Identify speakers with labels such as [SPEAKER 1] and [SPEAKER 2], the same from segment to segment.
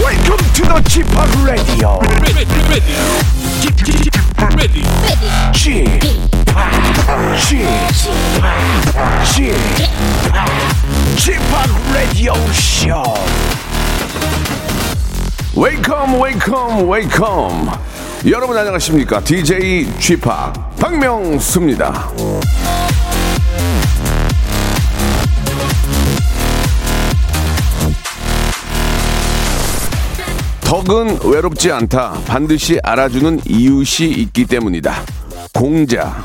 [SPEAKER 1] Welcome to the g p o p Radio.
[SPEAKER 2] ready, ready, Get- get- get ready.
[SPEAKER 1] g p o p g p o p g p o p Radio Show.
[SPEAKER 3] 웨이컴 웨이컴 웨이컴 여러분 안녕하십니까 DJ g p o p 박명수입니다 덕은 외롭지 않다 반드시 알아주는 이웃이 있기 때문이다 공자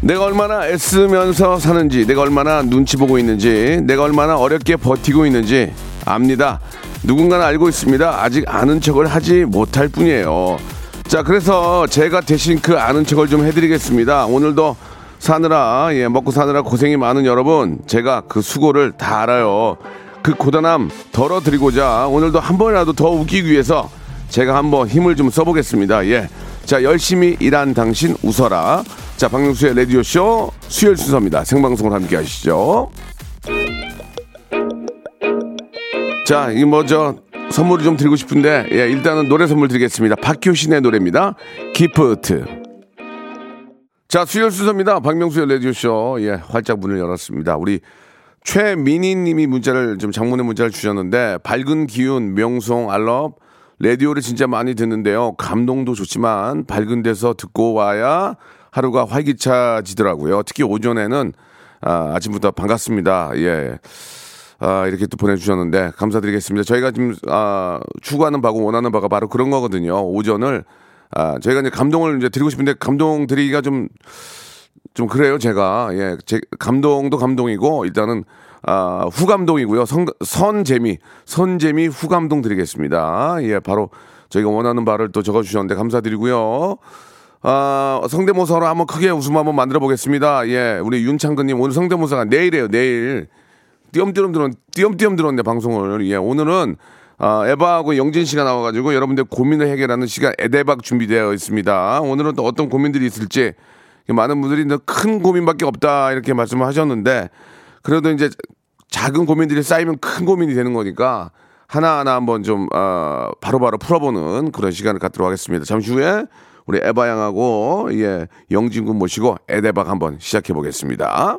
[SPEAKER 3] 내가 얼마나 애쓰면서 사는지, 내가 얼마나 눈치 보고 있는지, 내가 얼마나 어렵게 버티고 있는지 압니다. 누군가는 알고 있습니다. 아직 아는 척을 하지 못할 뿐이에요. 자, 그래서 제가 대신 그 아는 척을 좀 해드리겠습니다. 오늘도 사느라, 예, 먹고 사느라 고생이 많은 여러분, 제가 그 수고를 다 알아요. 그 고단함 덜어드리고자 오늘도 한 번이라도 더 웃기기 위해서 제가 한번 힘을 좀 써보겠습니다. 예. 자, 열심히 일한 당신 웃어라. 자, 박명수의 라디오쇼 수요일 순서입니다. 생방송을 함께 하시죠. 자, 이 뭐 저 선물을 좀 드리고 싶은데, 예, 일단은 노래 선물 드리겠습니다. 박효신의 노래입니다. 기프트. 자, 수요일 순서입니다. 박명수의 라디오쇼. 예, 활짝 문을 열었습니다. 우리 최민희 님이 문자를 좀 장문의 문자를 주셨는데 밝은 기운 명송 알럽 라디오를 진짜 많이 듣는데요. 감동도 좋지만 밝은 데서 듣고 와야 하루가 활기차지더라고요. 특히 오전에는 아, 아침부터 반갑습니다. 예. 아, 이렇게 또 보내주셨는데 감사드리겠습니다. 저희가 지금 아, 추구하는 바고 원하는 바가 바로 그런 거거든요. 오전을 아, 저희가 이제 감동을 이제 드리고 싶은데 감동 드리기가 좀 좀 그래요. 제가 예, 제, 감동도 감동이고 일단은 아, 후감동이고요. 선, 선 재미, 선 재미 후감동 드리겠습니다. 예, 바로 저희가 원하는 바를 또 적어주셨는데 감사드리고요. 아, 성대모사로 한번 크게 웃음 한번 만들어 보겠습니다. 예, 우리 윤창근님 오늘 성대모사가 내일이에요. 내일 띄엄띄엄 들었 띄엄띄엄 들었네 방송을 예 오늘은 아, 에바하고 영진 씨가 나와가지고 여러분들 고민을 해결하는 시간 에데박 준비되어 있습니다. 오늘은 또 어떤 고민들이 있을지 많은 분들이 이제 큰 고민밖에 없다 이렇게 말씀을 하셨는데 그래도 이제 작은 고민들이 쌓이면 큰 고민이 되는 거니까 하나하나 한번 좀 어, 바로바로 풀어보는 그런 시간을 갖도록 하겠습니다. 잠시 후에 우리 에바 양하고 예 영진군 모시고 에데박 한번 시작해 보겠습니다.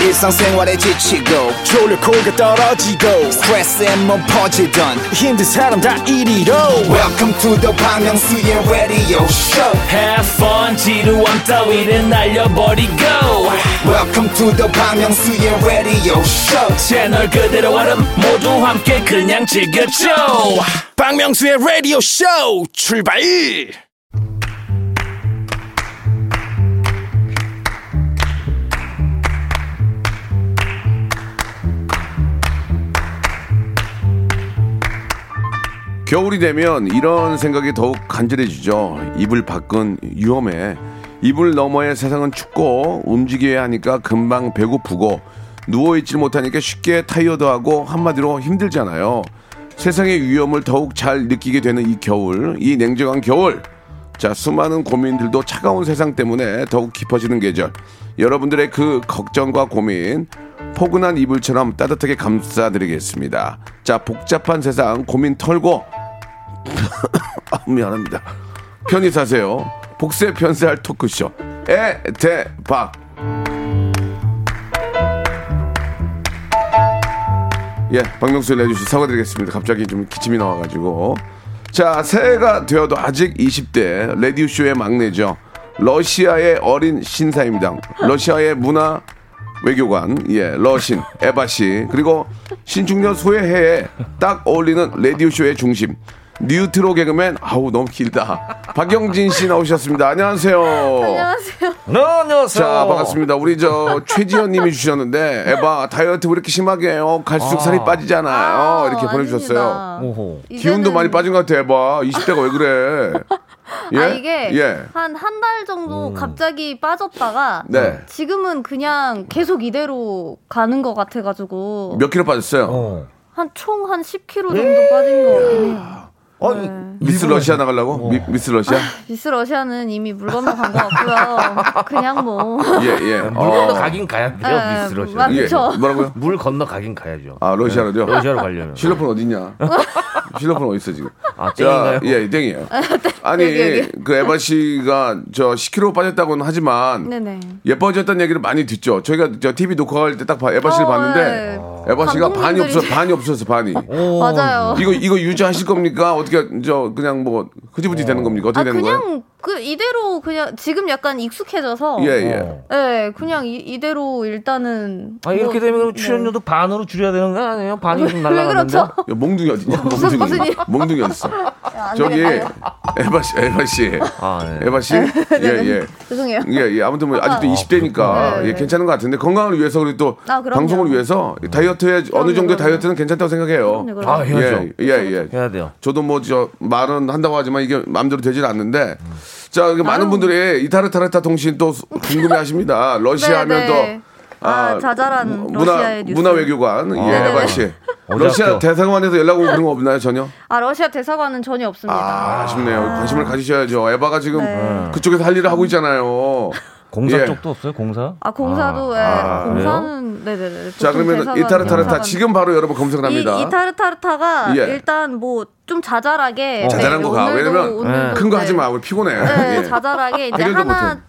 [SPEAKER 4] 일상생활에 지치고, 졸려 코가 떨어지고, 스트레스에 몸 퍼지던, 힘든 사람 다 이리로. E welcome to the Bang Myung-soo's radio show
[SPEAKER 5] Have fun 지루한 따위를 날려버리고
[SPEAKER 4] welcome to the Bang Myung-soo's radio show
[SPEAKER 5] 채널 그대로 얼음 모두 함께 그냥 즐겨줘
[SPEAKER 6] 박명수의 라디오 쇼 출발!
[SPEAKER 3] 겨울이 되면 이런 생각이 더욱 간절해지죠. 이불 밖은 위험해. 이불 너머의 세상은 춥고 움직여야 하니까 금방 배고프고 누워있질 못하니까 쉽게 타이어드하고 한마디로 힘들잖아요. 세상의 위험을 더욱 잘 느끼게 되는 이 겨울, 이 냉정한 겨울. 자, 수많은 고민들도 차가운 세상 때문에 더욱 깊어지는 계절. 여러분들의 그 걱정과 고민, 포근한 이불처럼 따뜻하게 감싸드리겠습니다. 자, 복잡한 세상 고민 털고, 아, 미안합니다. 편히 사세요. 복세 편세할 토크쇼. 의 대박. 예, 박명수 내주시 사과드리겠습니다. 갑자기 좀 기침이 나와가지고. 자, 새해가 되어도 아직 20대 레디오쇼의 막내죠. 러시아의 어린 신사임당, 러시아의 문화 외교관, 예, 러신, 에바씨, 그리고 신중년 소외해에 딱 어울리는 레디오쇼의 중심, 뉴트로 개그맨, 아우, 너무 길다. 박영진 씨 나오셨습니다. 안녕하세요.
[SPEAKER 7] 네, 안녕하세요.
[SPEAKER 3] 자, 반갑습니다. 우리 저 최지현 님이 주셨는데 에바 다이어트 왜 이렇게 심하게 해요? 갈수록 살이 빠지잖아요. 이렇게 보내 주셨어요.
[SPEAKER 7] 아. 오호.
[SPEAKER 3] 기운도 많이 빠진 것 같아, 에바. 20대가 왜 그래? 예?
[SPEAKER 8] 아 이게
[SPEAKER 3] 예. 음.
[SPEAKER 8] 한 한 달 정도 갑자기 빠졌다가
[SPEAKER 3] 네.
[SPEAKER 8] 지금은 그냥 계속 이대로 가는 것 같아가지고
[SPEAKER 3] 몇 예. 킬로 빠졌어요?
[SPEAKER 7] 어.
[SPEAKER 8] 한 총 한 10kg 정도 빠진 것 같아요. 네.
[SPEAKER 7] 아니,
[SPEAKER 3] 어, 미스 러시아 나가려고? 미, 미스 러시아?
[SPEAKER 8] 미스 러시아는 이미 물 건너 간 것 같고요. 그냥 뭐
[SPEAKER 3] 예, 예.
[SPEAKER 7] 물 건너
[SPEAKER 3] 어.
[SPEAKER 7] 가긴 가야 돼요,
[SPEAKER 8] 네,
[SPEAKER 7] 미스 러시아.
[SPEAKER 8] 맞-
[SPEAKER 3] 예.
[SPEAKER 8] 그쵸.
[SPEAKER 3] 뭐라고요?
[SPEAKER 7] 물 건너 가긴 가야죠.
[SPEAKER 3] 아, 러시아로죠?
[SPEAKER 7] 러시아로 가려면.
[SPEAKER 3] 실로폰 어딨냐? 실로폰 어딨어, 지금?
[SPEAKER 7] 아,
[SPEAKER 3] 자,
[SPEAKER 7] 땡인가요?
[SPEAKER 3] 예, 땡이에요. 아니,
[SPEAKER 8] 여기, 여기.
[SPEAKER 3] 그 에바 씨가 저 10kg 빠졌다고는 하지만
[SPEAKER 8] 네네.
[SPEAKER 3] 예뻐졌다는 얘기를 많이 듣죠. 저희가 저 TV 녹화할 때 딱 에바 씨를
[SPEAKER 8] 어,
[SPEAKER 3] 봤는데
[SPEAKER 8] 네.
[SPEAKER 3] 에바 씨가 반이
[SPEAKER 8] 감독님들이
[SPEAKER 3] 없어 반이 없어서 반이.
[SPEAKER 8] 맞아요.
[SPEAKER 3] 이거 이거 유지하실 겁니까? 어떻게 저 그냥 뭐 흐지부지 되는 겁니까? 어떻게
[SPEAKER 8] 아
[SPEAKER 3] 되는 거예요?
[SPEAKER 8] 그냥 그 이대로 그냥 지금 약간 익숙해져서
[SPEAKER 3] 예
[SPEAKER 8] 예,
[SPEAKER 3] 예.
[SPEAKER 8] 그냥 이, 이대로 일단은
[SPEAKER 7] 아, 이렇게
[SPEAKER 8] 뭐-
[SPEAKER 7] 되면
[SPEAKER 8] 네.
[SPEAKER 7] 출연료도 반으로 줄여야 되는 거 아니에요? 반이 좀
[SPEAKER 8] 왜
[SPEAKER 7] 날라가는데.
[SPEAKER 8] 그렇죠?
[SPEAKER 3] 야, 몽둥이 어디냐? 몽둥이.
[SPEAKER 8] 무슨 일?
[SPEAKER 3] 몽둥이 어딨어?
[SPEAKER 8] 아, 안
[SPEAKER 3] 저기
[SPEAKER 8] 되겠다.
[SPEAKER 3] 에바 씨, 에바 씨,
[SPEAKER 7] 아, 네.
[SPEAKER 3] 에바 씨. 예 예.
[SPEAKER 8] 죄송해요.
[SPEAKER 3] 예, 예. 아무튼 뭐 아직도 20대니까
[SPEAKER 8] 네,
[SPEAKER 3] 예,
[SPEAKER 8] 네.
[SPEAKER 3] 괜찮은 것 같은데 건강을 위해서 그리고 또
[SPEAKER 8] 아, 그럼요.
[SPEAKER 3] 방송을 위해서 다이어트에 어느 정도 의
[SPEAKER 8] 그럼요.
[SPEAKER 3] 다이어트는 괜찮다고 생각해요.
[SPEAKER 8] 그럼요,
[SPEAKER 7] 아,
[SPEAKER 8] 그럼요.
[SPEAKER 7] 해야죠.
[SPEAKER 3] 예, 예, 예.
[SPEAKER 7] 해야 돼요.
[SPEAKER 3] 저도 뭐 저 말은 한다고 하지만 이게 마음대로 되질 않는데 자 이게 많은 분들이 이타르타르타 통신 또 수- 궁금해하십니다. 러시아하면
[SPEAKER 8] 네,
[SPEAKER 3] 또
[SPEAKER 8] 네. 아, 자잘한
[SPEAKER 3] 문화
[SPEAKER 8] 러시아의 뉴스.
[SPEAKER 3] 문화 외교관 예
[SPEAKER 8] 네네.
[SPEAKER 3] 에바 씨
[SPEAKER 7] 어디
[SPEAKER 3] 러시아
[SPEAKER 7] 학교?
[SPEAKER 3] 대사관에서 연락 오고 그런 거 없나요 전혀?
[SPEAKER 8] 아 러시아 대사관은 전혀 없습니다.
[SPEAKER 3] 아, 아쉽네요 관심을 가지셔야죠. 에바가 지금
[SPEAKER 8] 네.
[SPEAKER 3] 그쪽에서 할 일을 하고 있잖아요.
[SPEAKER 7] 공사
[SPEAKER 3] 예.
[SPEAKER 7] 쪽도 없어요, 공사?
[SPEAKER 8] 아 공사도 예,
[SPEAKER 3] 아,
[SPEAKER 8] 공사는 네네네.
[SPEAKER 3] 자 그러면 이타르타르타 지금 바로 여러분 검색을
[SPEAKER 8] 이,
[SPEAKER 3] 합니다.
[SPEAKER 8] 이타르타르타가
[SPEAKER 3] 예. 어.
[SPEAKER 8] 일단 뭐 좀 자잘하게
[SPEAKER 3] 자잘한 거 가. 왜냐면
[SPEAKER 7] 네.
[SPEAKER 3] 큰 거 하지 마. 우리 피곤해.
[SPEAKER 8] 네,
[SPEAKER 3] 예.
[SPEAKER 8] 자잘하게 이제
[SPEAKER 3] 해결도
[SPEAKER 8] 하나
[SPEAKER 3] 못해.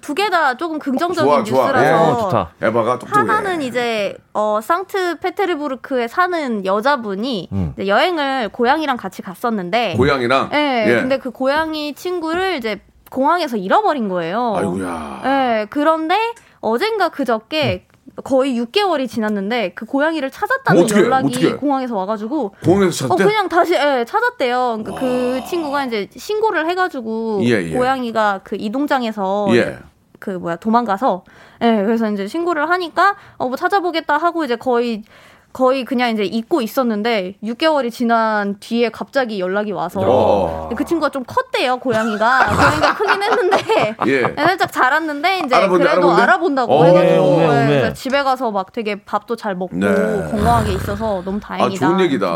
[SPEAKER 8] 두 개 다 조금 긍정적인
[SPEAKER 3] 좋아, 예. 좋아.
[SPEAKER 8] 뉴스라서
[SPEAKER 3] 예.
[SPEAKER 7] 어, 좋다.
[SPEAKER 3] 에바가 똑똑해.
[SPEAKER 8] 하나는 이제 어 상트페테르부르크에 사는 여자분이 이제 여행을 고양이랑 같이 갔었는데
[SPEAKER 3] 음. 고양이랑.
[SPEAKER 8] 예,
[SPEAKER 3] 예.
[SPEAKER 8] 근데 그 고양이 친구를 이제 공항에서 잃어버린 거예요. 뭐
[SPEAKER 3] 아이고야.
[SPEAKER 8] 예, 그런데 어젠가
[SPEAKER 3] 네.
[SPEAKER 8] 그저께 거의 6개월이 지났는데 그 고양이를 찾았다는
[SPEAKER 3] 어떻게,
[SPEAKER 8] 연락이
[SPEAKER 3] 어떻게?
[SPEAKER 8] 공항에서 와가지고
[SPEAKER 3] 공항에서
[SPEAKER 8] 어
[SPEAKER 3] 찾대? 아.
[SPEAKER 8] 그냥 다시 예, 찾았대요. 그러니까 그 친구가 이제 신고를 해가지고
[SPEAKER 3] 예, 예.
[SPEAKER 8] 고양이가 그 이동장에서
[SPEAKER 3] 예.
[SPEAKER 8] 그 뭐야 도망가서 예 그래서 이제 신고를 하니까 어 뭐 찾아보겠다 하고 이제 거의 거의 그냥 이제 잊고 있었는데 6개월이 지난 뒤에 갑자기 연락이 와서
[SPEAKER 3] 야.
[SPEAKER 8] 그 친구가 좀 컸대요 고양이가 고양이가 크긴 했는데
[SPEAKER 3] 예.
[SPEAKER 8] 살짝 자랐는데 이제
[SPEAKER 3] 알아본대,
[SPEAKER 8] 그래도
[SPEAKER 3] 알아본대?
[SPEAKER 8] 알아본다고
[SPEAKER 3] 어,
[SPEAKER 8] 해가지고
[SPEAKER 7] 오메, 오메,
[SPEAKER 8] 예,
[SPEAKER 7] 오메.
[SPEAKER 8] 그래서 집에 가서 막 되게 밥도 잘 먹고
[SPEAKER 3] 네.
[SPEAKER 8] 건강하게 있어서 너무
[SPEAKER 3] 아,
[SPEAKER 8] 다행이다.
[SPEAKER 3] 좋은
[SPEAKER 7] 네.
[SPEAKER 3] 얘기다.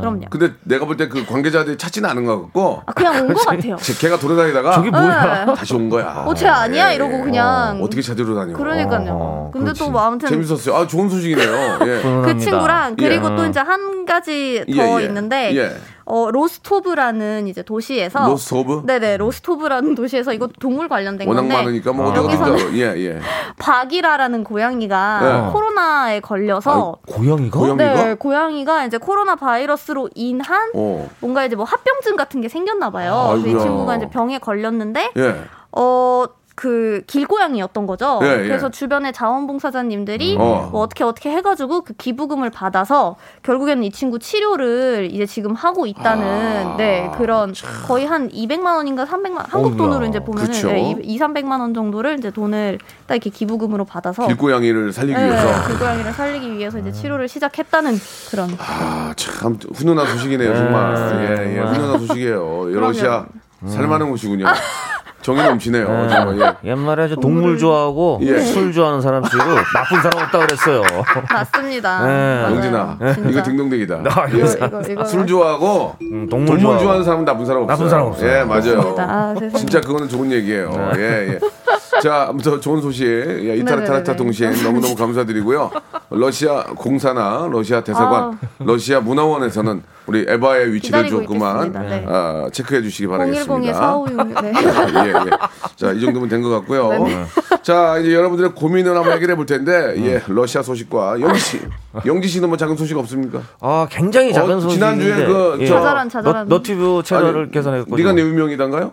[SPEAKER 8] 그럼요.
[SPEAKER 3] 근데 내가 볼 때 그 관계자들이 찾지는 않은 것 같고,
[SPEAKER 8] 아, 그냥 온 것 같아요.
[SPEAKER 3] 제 걔가 돌아다니다가
[SPEAKER 7] 저게 뭐야?
[SPEAKER 8] 네.
[SPEAKER 3] 다시 온 거야.
[SPEAKER 8] 어, 쟤 아니야?
[SPEAKER 3] 예,
[SPEAKER 8] 이러고
[SPEAKER 3] 예.
[SPEAKER 8] 그냥.
[SPEAKER 3] 어떻게 찾으러 다녀?
[SPEAKER 8] 그러니까요.
[SPEAKER 7] 어,
[SPEAKER 8] 근데 또
[SPEAKER 7] 그렇지.
[SPEAKER 8] 뭐 아무튼
[SPEAKER 3] 재밌었어요. 아, 좋은 소식이네요. 예.
[SPEAKER 8] 그
[SPEAKER 7] 훈훈합니다.
[SPEAKER 8] 친구랑
[SPEAKER 3] 예.
[SPEAKER 8] 그리고 또 이제 한 가지
[SPEAKER 3] 예,
[SPEAKER 8] 더
[SPEAKER 3] 예.
[SPEAKER 8] 있는데
[SPEAKER 3] 예.
[SPEAKER 8] 어, 로스토브라는 이제 도시에서
[SPEAKER 3] 로스트 오브?
[SPEAKER 8] 어. 네네 로스토브라는 도시에서 이거 동물 관련된
[SPEAKER 3] 워낙
[SPEAKER 8] 건데
[SPEAKER 3] 많으니까 뭐 어디
[SPEAKER 8] 아. 여기서는
[SPEAKER 3] 어디다. 예, 예.
[SPEAKER 8] 박이라라는 고양이가
[SPEAKER 3] 네.
[SPEAKER 8] 코로나에 걸려서
[SPEAKER 7] 고양이가?
[SPEAKER 3] 아, 고양이?
[SPEAKER 8] 네 고양이가 이제 코로나 바이러스로 인한
[SPEAKER 3] 어.
[SPEAKER 8] 뭔가 이제 뭐 합병증 같은 게 생겼나 봐요. 그래서
[SPEAKER 3] 아이고야.
[SPEAKER 8] 이 친구가 이제 병에 걸렸는데
[SPEAKER 3] 예.
[SPEAKER 8] 어. 그 길고양이였던 거죠.
[SPEAKER 3] 예, 예.
[SPEAKER 8] 그래서 주변의 자원봉사자님들이
[SPEAKER 3] 어.
[SPEAKER 8] 뭐 어떻게 어떻게 해가지고 그 기부금을 받아서 결국에는 이 친구 치료를 이제 지금 하고 있다는
[SPEAKER 3] 아,
[SPEAKER 8] 네 그런 거의 한 200만 원인가 300만 한국
[SPEAKER 7] 어이구야.
[SPEAKER 8] 돈으로 이제 보면은
[SPEAKER 3] 그쵸.
[SPEAKER 8] 네, 2, 300만 원 정도를 이제 돈을 딱 이렇게 기부금으로 받아서
[SPEAKER 3] 길고양이를 살리기
[SPEAKER 8] 어. 네,
[SPEAKER 3] 위해서. 음.
[SPEAKER 8] 길고양이를 살리기 위해서 이제 치료를 시작했다는 그런
[SPEAKER 3] 아, 참 훈훈한 소식이네요, 정말.
[SPEAKER 7] 네,
[SPEAKER 3] 예, 예,
[SPEAKER 7] 정말.
[SPEAKER 3] 훈훈한 소식이에요. 러시아 살만한
[SPEAKER 8] 아.
[SPEAKER 3] 곳이군요. 정이 음. 넘치네요, 정말. 예.
[SPEAKER 7] 옛날에 저 동물 좋아하고
[SPEAKER 3] 예.
[SPEAKER 7] 술 좋아하는 사람 치고 나쁜 사람 없다 그랬어요.
[SPEAKER 8] 맞습니다.
[SPEAKER 7] 네.
[SPEAKER 8] 맞아요.
[SPEAKER 3] 영진아,
[SPEAKER 8] 진짜.
[SPEAKER 3] 이거 딩동댕이다.
[SPEAKER 7] 아,
[SPEAKER 3] 예.
[SPEAKER 7] 이거
[SPEAKER 8] 이거 이거
[SPEAKER 3] 술 좋아하고 동물,
[SPEAKER 7] 음, 동물 좋아하고.
[SPEAKER 3] 좋아하는 사람은 나쁜 사람 없어요.
[SPEAKER 7] 나쁜 사람 없어요. 네.
[SPEAKER 3] 예, 맞아요.
[SPEAKER 8] 아, 세상에.
[SPEAKER 3] 진짜 그거는 좋은 얘기예요. 예, 예. 자, 아무튼 좋은 소식. 예, 이타르타르타
[SPEAKER 8] 네네네네.
[SPEAKER 3] 동시에 너무너무 감사드리고요. 러시아 공사나 러시아 대사관,
[SPEAKER 8] 아우.
[SPEAKER 3] 러시아 문화원에서는 우리 에바의 위치를
[SPEAKER 8] 기다리고
[SPEAKER 3] 조금만
[SPEAKER 8] 있겠습니다. 네.
[SPEAKER 3] 아, 체크해 주시기 바라겠습니다.
[SPEAKER 8] 010에 4566. 네.
[SPEAKER 3] 예, 예. 자, 이 정도면 된 것 같고요. 자, 이제 여러분들의 고민을 한번 해결해 볼 텐데,
[SPEAKER 7] 네.
[SPEAKER 3] 예, 러시아 소식과 영지 씨, 영지 씨는 뭐 작은 소식 없습니까?
[SPEAKER 7] 아, 굉장히 작은
[SPEAKER 3] 어,
[SPEAKER 7] 소식인데. 예.
[SPEAKER 3] 지난주에 그, 저- 자잘한, 자잘한.
[SPEAKER 7] 너, 너튜브 채널을
[SPEAKER 3] 아니,
[SPEAKER 7] 개선했거든요. 어?
[SPEAKER 3] 네가 내 유명이단가요?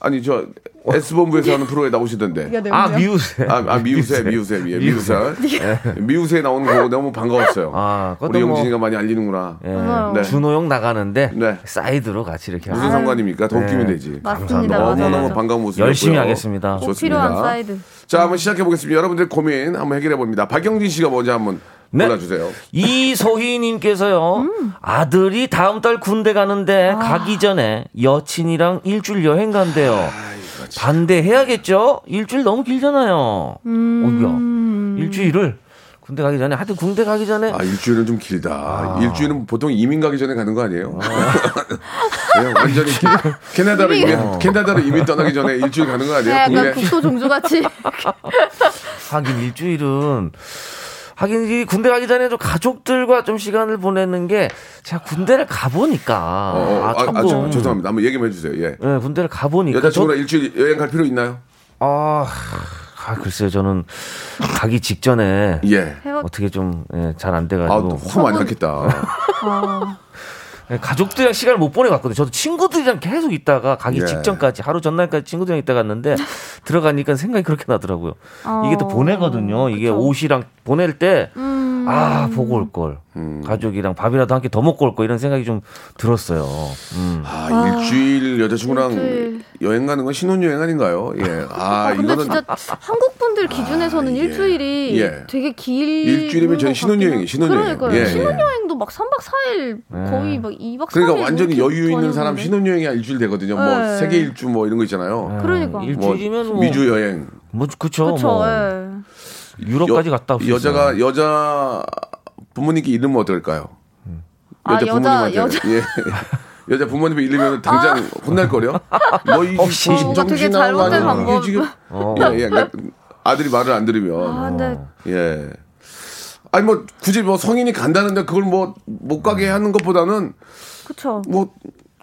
[SPEAKER 3] 아니 저 S본부에서 하는 프로에 나오시던데.
[SPEAKER 8] 어?
[SPEAKER 7] 네가 내 아, 유명? 미우새.
[SPEAKER 3] 아, 아, 미우새, 미우새, 예, 미우새.
[SPEAKER 7] 미우새.
[SPEAKER 3] 예. 미우새 나오는 거 너무 반가웠어요.
[SPEAKER 7] 그것도
[SPEAKER 3] 우리
[SPEAKER 7] 뭐-
[SPEAKER 3] 영진이가 많이 알리는구나.
[SPEAKER 7] 예.
[SPEAKER 3] 네.
[SPEAKER 7] 준호형 나가는데 사이드로 같이 이렇게
[SPEAKER 3] 무슨
[SPEAKER 7] 하는-
[SPEAKER 3] 상관입니까? 더 웃기면
[SPEAKER 7] 네.
[SPEAKER 3] 되지.
[SPEAKER 8] 맞습니다.
[SPEAKER 3] 너무
[SPEAKER 8] 맞아요.
[SPEAKER 3] 너무 반가운 모습.
[SPEAKER 7] 열심히 하겠습니다.
[SPEAKER 8] 꼭 필요한 사이드.
[SPEAKER 3] 자, 한번 시작해 보겠습니다. 여러분들 고민 한번 해결해 봅니다. 박영진 씨가 먼저 한번
[SPEAKER 7] 네.
[SPEAKER 3] 골라주세요.
[SPEAKER 7] 이소희님께서요 아들이 다음 달 군대 가는데 가기 전에 여친이랑 일주일 여행 간대요.
[SPEAKER 3] 아,
[SPEAKER 7] 반대해야겠죠? 일주일 너무 길잖아요. 오야 일주일을 군대 가기 전에 하여튼 군대 가기 전에
[SPEAKER 3] 아, 일주일은 좀 길다. 일주일은 보통 이민 가기 전에 가는 거 아니에요? 그냥 완전히 캐- 캐나다로
[SPEAKER 8] 이민-
[SPEAKER 3] 이민, 캐나다로 이민 떠나기 전에 일주일 가는 거
[SPEAKER 8] 네,
[SPEAKER 3] 아니에요?
[SPEAKER 8] 약간
[SPEAKER 3] 국내-
[SPEAKER 8] 국토 종주같이.
[SPEAKER 7] 하긴 일주일은 하긴 이 군대 가기 전에 좀 가족들과 좀 시간을 보내는 게 제가 군대를 가 보니까
[SPEAKER 3] 어, 어, 아,
[SPEAKER 7] 아,
[SPEAKER 3] 아,
[SPEAKER 7] 조금
[SPEAKER 3] 저- 죄송합니다. 한번 얘기 좀 해주세요. 예.
[SPEAKER 7] 네, 군대를 가 보니까
[SPEAKER 3] 여자친구랑 일주일 여행 갈 필요 있나요?
[SPEAKER 7] 아, 아, 글쎄요 저는 가기 직전에
[SPEAKER 3] 예.
[SPEAKER 7] 어떻게 좀 예, 잘 안
[SPEAKER 3] 아,
[SPEAKER 7] 돼가지고
[SPEAKER 3] 화 많이 났겠다.
[SPEAKER 7] 예, 가족들이랑 시간을 못 보내봤거든요. 저도 친구들이랑 계속 있다가 가기
[SPEAKER 3] 예.
[SPEAKER 7] 직전까지 하루 전날까지 친구들이랑 있다 갔는데 들어가니까 생각이 그렇게 나더라고요. 이게 또
[SPEAKER 8] 어,
[SPEAKER 7] 보내거든요. 이게 옷이랑 보낼 때.
[SPEAKER 8] 음.
[SPEAKER 7] 아 보고 올 걸.
[SPEAKER 3] 음.
[SPEAKER 7] 가족이랑 밥이라도 함께 더 먹고 올 걸 이런 생각이 좀 들었어요. 음.
[SPEAKER 3] 아, 일주일 여자친구랑
[SPEAKER 8] 일주일.
[SPEAKER 3] 여행 가는 건 신혼여행 아닌가요? 예. 아,
[SPEAKER 8] 아, 근데
[SPEAKER 3] 이거는 아,
[SPEAKER 8] 진짜 한국 분들 기준에서는 일주일이
[SPEAKER 3] 예.
[SPEAKER 8] 되게 길.
[SPEAKER 3] 일주일이면 저는 신혼여행이 신혼여행.
[SPEAKER 8] 그러니까요.
[SPEAKER 3] 예, 예.
[SPEAKER 8] 신혼여행도 막 3박 4일
[SPEAKER 3] 예.
[SPEAKER 8] 거의 막 2박 3일.
[SPEAKER 3] 그러니까 완전히 여유 있는 사람 신혼여행이 일주일 되거든요. 뭐
[SPEAKER 8] 예.
[SPEAKER 3] 세계 일주 뭐 이런 거 있잖아요.
[SPEAKER 8] 그러니까.
[SPEAKER 3] 뭐
[SPEAKER 7] 일주일이면 뭐-
[SPEAKER 3] 미주 여행.
[SPEAKER 7] 뭐 그쵸.
[SPEAKER 8] 그렇죠.
[SPEAKER 7] 뭐
[SPEAKER 8] 예.
[SPEAKER 7] 유럽까지 갔다 올수
[SPEAKER 3] 여자가 여자 부모님께 이름은 어떨까요?
[SPEAKER 8] 아, 여자- 여자- 아.
[SPEAKER 3] 예. 여자 부모님의 이름이면 당장 혼날 거려. 너이
[SPEAKER 8] 혹시- 뭔가 되게 잘못된 방법.
[SPEAKER 3] 지금
[SPEAKER 7] 어.
[SPEAKER 3] 예, 예. 그러니까 아들이 말을 안 들으면
[SPEAKER 8] 아, 근데
[SPEAKER 3] 예. 아니 뭐 굳이 뭐 성인이 간다는데 그걸 뭐 못 가게 하는 것보다는
[SPEAKER 8] 그쵸.
[SPEAKER 3] 뭐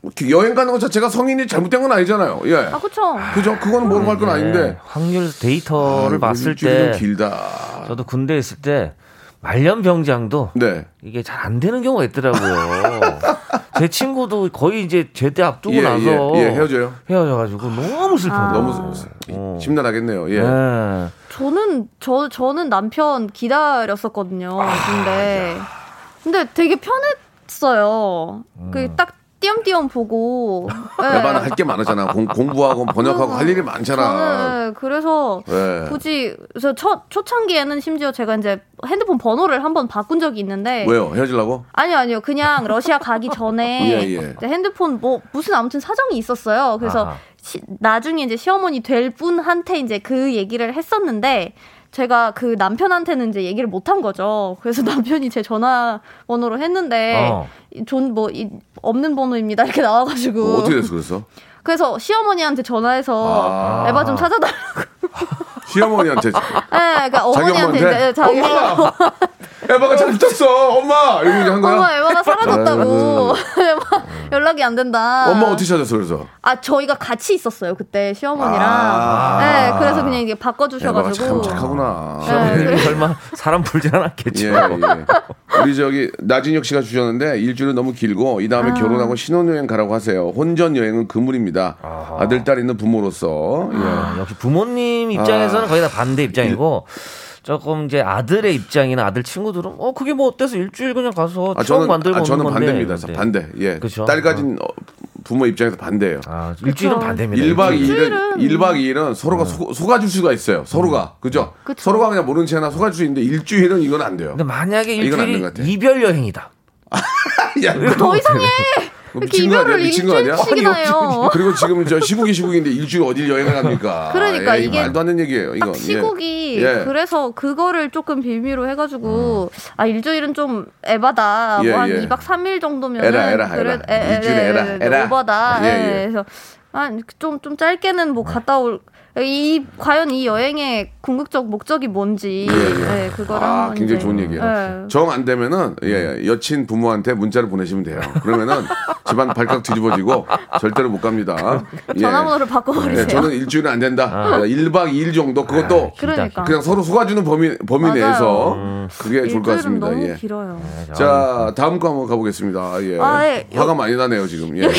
[SPEAKER 3] 이렇게 여행 가는 것 자체가 성인이 잘못된 건 아니잖아요. 예.
[SPEAKER 8] 아 그쵸.
[SPEAKER 3] 그죠? 그거는 모르고 갈 건 아닌데.
[SPEAKER 7] 예. 확률 데이터를
[SPEAKER 3] 아이고,
[SPEAKER 7] 음, 봤을
[SPEAKER 3] 일주일이면
[SPEAKER 7] 때
[SPEAKER 3] 길다.
[SPEAKER 7] 저도 군대 에 있을 때 말년병장도
[SPEAKER 3] 네.
[SPEAKER 7] 이게 잘 안 되는 경우가 있더라고요. 제 친구도 거의 이제 제대 앞두고
[SPEAKER 3] 예,
[SPEAKER 7] 나서
[SPEAKER 3] 예, 예, 헤어져요? 아.
[SPEAKER 7] 헤어져가지고 너무
[SPEAKER 8] 아.
[SPEAKER 7] 슬퍼.
[SPEAKER 3] 너무 슬- 심란하겠네요. 예.
[SPEAKER 7] 네.
[SPEAKER 8] 저는 저 저는 남편 기다렸었거든요.
[SPEAKER 3] 아,
[SPEAKER 8] 근데 근데 되게 편했어요.
[SPEAKER 3] 음.
[SPEAKER 8] 그 딱 띄엄띄엄 보고. 예.
[SPEAKER 3] 야반은 할 게 많았잖아. 공, 공부하고 번역하고 할 일이 많잖아.
[SPEAKER 8] 저는 예, 그래서
[SPEAKER 3] 네.
[SPEAKER 8] 굳이 그래서 첫 초창기에는 심지어 제가 이제 핸드폰 번호를 한번 바꾼 적이 있는데
[SPEAKER 3] 왜요? 헤어지려고?
[SPEAKER 8] 아니요, 아니요. 그냥 러시아 가기 전에
[SPEAKER 3] 예, 예.
[SPEAKER 8] 이제 핸드폰 뭐 무슨 아무튼 사정이 있었어요. 그래서
[SPEAKER 3] 아하.
[SPEAKER 8] 시- 나중에 이제 시어머니 될 분한테 이제 그 얘기를 했었는데 제가 그 남편한테는 이제 얘기를 못 한 거죠. 그래서 남편이 제 전화번호로 했는데
[SPEAKER 3] 어.
[SPEAKER 8] 존뭐 없는 번호입니다 이렇게 나와가지고
[SPEAKER 3] 어, 어떻게 됐어, 그래서?
[SPEAKER 8] 그래서 시어머니한테 전화해서
[SPEAKER 3] 아.
[SPEAKER 8] 에바 좀 찾아달라.
[SPEAKER 3] 시어머니한테.
[SPEAKER 8] 예, 그러니까
[SPEAKER 3] 자기 엄마한테?
[SPEAKER 8] 어머니한테 이제 자기
[SPEAKER 3] 엄마! 에바가 잘못했어! 엄마! 이러고 이제 한 거야? 아, 네,
[SPEAKER 8] 엄마 에바가 사라졌다고 에바 연락이 안 된다.
[SPEAKER 3] 엄마 어떻게 찾았어, 그래서?
[SPEAKER 8] 아 저희가 같이 있었어요 그때 시어머니랑.
[SPEAKER 3] 아.
[SPEAKER 8] 네, 그래서 그냥 이게
[SPEAKER 3] 에바가 참
[SPEAKER 8] 바꿔주셔가지고. 아, 네.
[SPEAKER 3] 착하구나.
[SPEAKER 7] 시어머님이 설마 사람 불지 않았겠죠.
[SPEAKER 3] 예, 예. 우리 저기 나진혁 씨가 주셨는데 일주일은 너무 길고 이 다음에
[SPEAKER 7] 아.
[SPEAKER 3] 결혼하고 신혼여행 가라고 하세요. 혼전 여행은 그물입니다. 아. 들딸 있는 부모로서 예.
[SPEAKER 7] 아, 역시 부모님 입장에서는
[SPEAKER 3] 아. 예.
[SPEAKER 7] 거의 다 반대 입장이고 조금 이제 아들의 입장이나 아들 친구들은 어 그게 뭐 어때서 일주일 그냥 가서
[SPEAKER 3] 아,
[SPEAKER 7] 처음
[SPEAKER 3] 저는
[SPEAKER 7] 만들고
[SPEAKER 3] 아,
[SPEAKER 7] 오는
[SPEAKER 3] 저는
[SPEAKER 7] 건데 네.
[SPEAKER 3] 반대입니다. 저
[SPEAKER 7] 이런데.
[SPEAKER 3] 반대. 예.
[SPEAKER 7] 그쵸?
[SPEAKER 3] 딸 가진 어, 부모 입장에서 반대예요.
[SPEAKER 7] 아, 일주일은 그쵸. 반대입니다. 네.
[SPEAKER 3] 1박 2일은
[SPEAKER 7] 일주일은.
[SPEAKER 3] 1박 2일은 서로가 속- 속아줄 수가 있어요.
[SPEAKER 7] 음.
[SPEAKER 3] 서로가. 그죠?
[SPEAKER 8] 네.
[SPEAKER 3] 서로가 그냥 모르는 채나 속아줄 수 있는데 일주일은 이건 안 돼요.
[SPEAKER 7] 근데 만약에
[SPEAKER 3] 이건 안
[SPEAKER 7] 일주일이
[SPEAKER 3] 된것 같아.
[SPEAKER 7] 이별 여행이다.
[SPEAKER 3] 야,
[SPEAKER 8] 더 이상해.
[SPEAKER 3] 그거
[SPEAKER 8] 이렇게
[SPEAKER 3] 미친 거 아니야?
[SPEAKER 8] 이별을
[SPEAKER 3] 미친 거 아니야?
[SPEAKER 8] 일주일씩이나 해요.
[SPEAKER 3] 그리고 지금 저 시국이 시국인데 일주일 어딜 여행을 합니까?
[SPEAKER 8] 그러니까
[SPEAKER 3] 예,
[SPEAKER 8] 이게
[SPEAKER 3] 말도 안 되는 얘기예요. 이건 예.
[SPEAKER 8] 시국이
[SPEAKER 3] 예. 어.
[SPEAKER 8] 그래서 그거를 조금 빌미로 해가지고 아 일주일은 좀 에바다
[SPEAKER 3] 예,
[SPEAKER 8] 뭐 한
[SPEAKER 3] 예.
[SPEAKER 8] 2박 3일 정도면
[SPEAKER 3] 에라, 에라, 에라. 일주일에 에라, 에라.
[SPEAKER 8] 오바다
[SPEAKER 3] 예, 예.
[SPEAKER 8] 예, 그래서 한좀좀 짧게는 뭐 갔다 올 이 과연 이 여행의 궁극적 목적이 뭔지 네, 그거를
[SPEAKER 3] 예, 아,
[SPEAKER 8] 한번
[SPEAKER 3] 굉장히
[SPEAKER 8] 이제-
[SPEAKER 3] 좋은 얘기예요.
[SPEAKER 8] 네.
[SPEAKER 3] 정 안 되면은 예, 예, 여친 부모한테 문자를 보내시면 돼요. 그러면은 집안 발칵 뒤집어지고 절대로 못 갑니다. 예.
[SPEAKER 8] 전화번호를 바꿔버리세요. 아.
[SPEAKER 3] 예, 저는 일주일은 안 된다. 예, 일 1박 2일 정도 그것도
[SPEAKER 8] 그러니까.
[SPEAKER 3] 냥 서로 속아주는 범위 범위
[SPEAKER 8] 맞아요. 음.
[SPEAKER 3] 내에서 그게 좋을 것
[SPEAKER 8] 일주일은
[SPEAKER 3] 같습니다.
[SPEAKER 8] 너무
[SPEAKER 3] 예.
[SPEAKER 8] 길어요.
[SPEAKER 3] 자 다음 거 한번 가보겠습니다. 예.
[SPEAKER 8] 아, 예.
[SPEAKER 3] 화가 많이 나네요 지금. 예.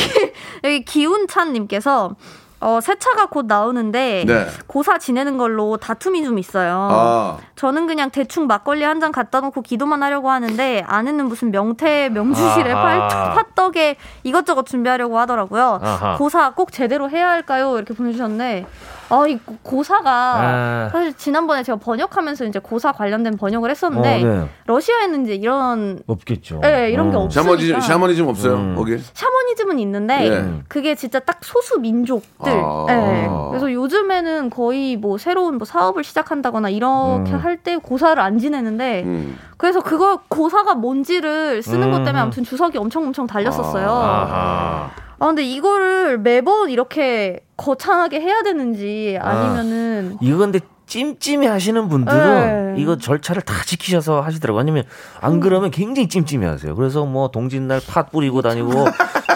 [SPEAKER 8] 여기 기운찬님께서 어, 새 차가 곧 나오는데
[SPEAKER 3] 네.
[SPEAKER 8] 고사 지내는 걸로 다툼이 좀 있어요.
[SPEAKER 3] 아.
[SPEAKER 8] 저는 그냥 대충 막걸리 한 잔 갖다 놓고 기도만 하려고 하는데 아내는 무슨 명태 명주실에
[SPEAKER 9] 아하.
[SPEAKER 8] 팔떡, 팥떡에 이것저것 준비하려고 하더라고요.
[SPEAKER 9] 아하.
[SPEAKER 8] 고사 꼭 제대로 해야 할까요? 이렇게 보내주셨네. 아, 이 고- 고사가
[SPEAKER 9] 아.
[SPEAKER 8] 사실 지난번에 제가 번역하면서 이제 고사 관련된 번역을 했었는데
[SPEAKER 3] 어, 네.
[SPEAKER 8] 러시아에는 이제 이런
[SPEAKER 7] 없겠죠. 어.
[SPEAKER 8] 네, 이런 게 없으니까.
[SPEAKER 3] 샤머니즘 샤머니즘 없어요
[SPEAKER 8] 음.
[SPEAKER 3] 거기.
[SPEAKER 8] 네. 샤머니즘은 있는데
[SPEAKER 3] 예.
[SPEAKER 8] 그게 진짜 딱 소수 민족들.
[SPEAKER 3] 아.
[SPEAKER 8] 예. 그래서 요즘에는 거의 뭐 새로운 뭐 사업을 시작한다거나 이렇게
[SPEAKER 3] 음.
[SPEAKER 8] 할 때 고사를 안 지내는데
[SPEAKER 3] 음.
[SPEAKER 8] 그래서 그거 고사가 뭔지를 쓰는 것 때문에
[SPEAKER 9] 음.
[SPEAKER 8] 아무튼 주석이 엄청 엄청 달렸었어요. 아,
[SPEAKER 9] 아하.
[SPEAKER 8] 근데 이거를 매번 이렇게 거창하게 해야 되는지
[SPEAKER 3] 아.
[SPEAKER 8] 아니면은
[SPEAKER 7] 이거 근데 찜찜해 하시는 분들은
[SPEAKER 8] 네.
[SPEAKER 7] 이거 절차를 다 지키셔서 하시더라고요. 아니면
[SPEAKER 8] 음.
[SPEAKER 7] 안 그러면 굉장히 찜찜해 하세요. 그래서 뭐 동짓날 팥 뿌리고
[SPEAKER 8] 그렇죠.
[SPEAKER 7] 다니고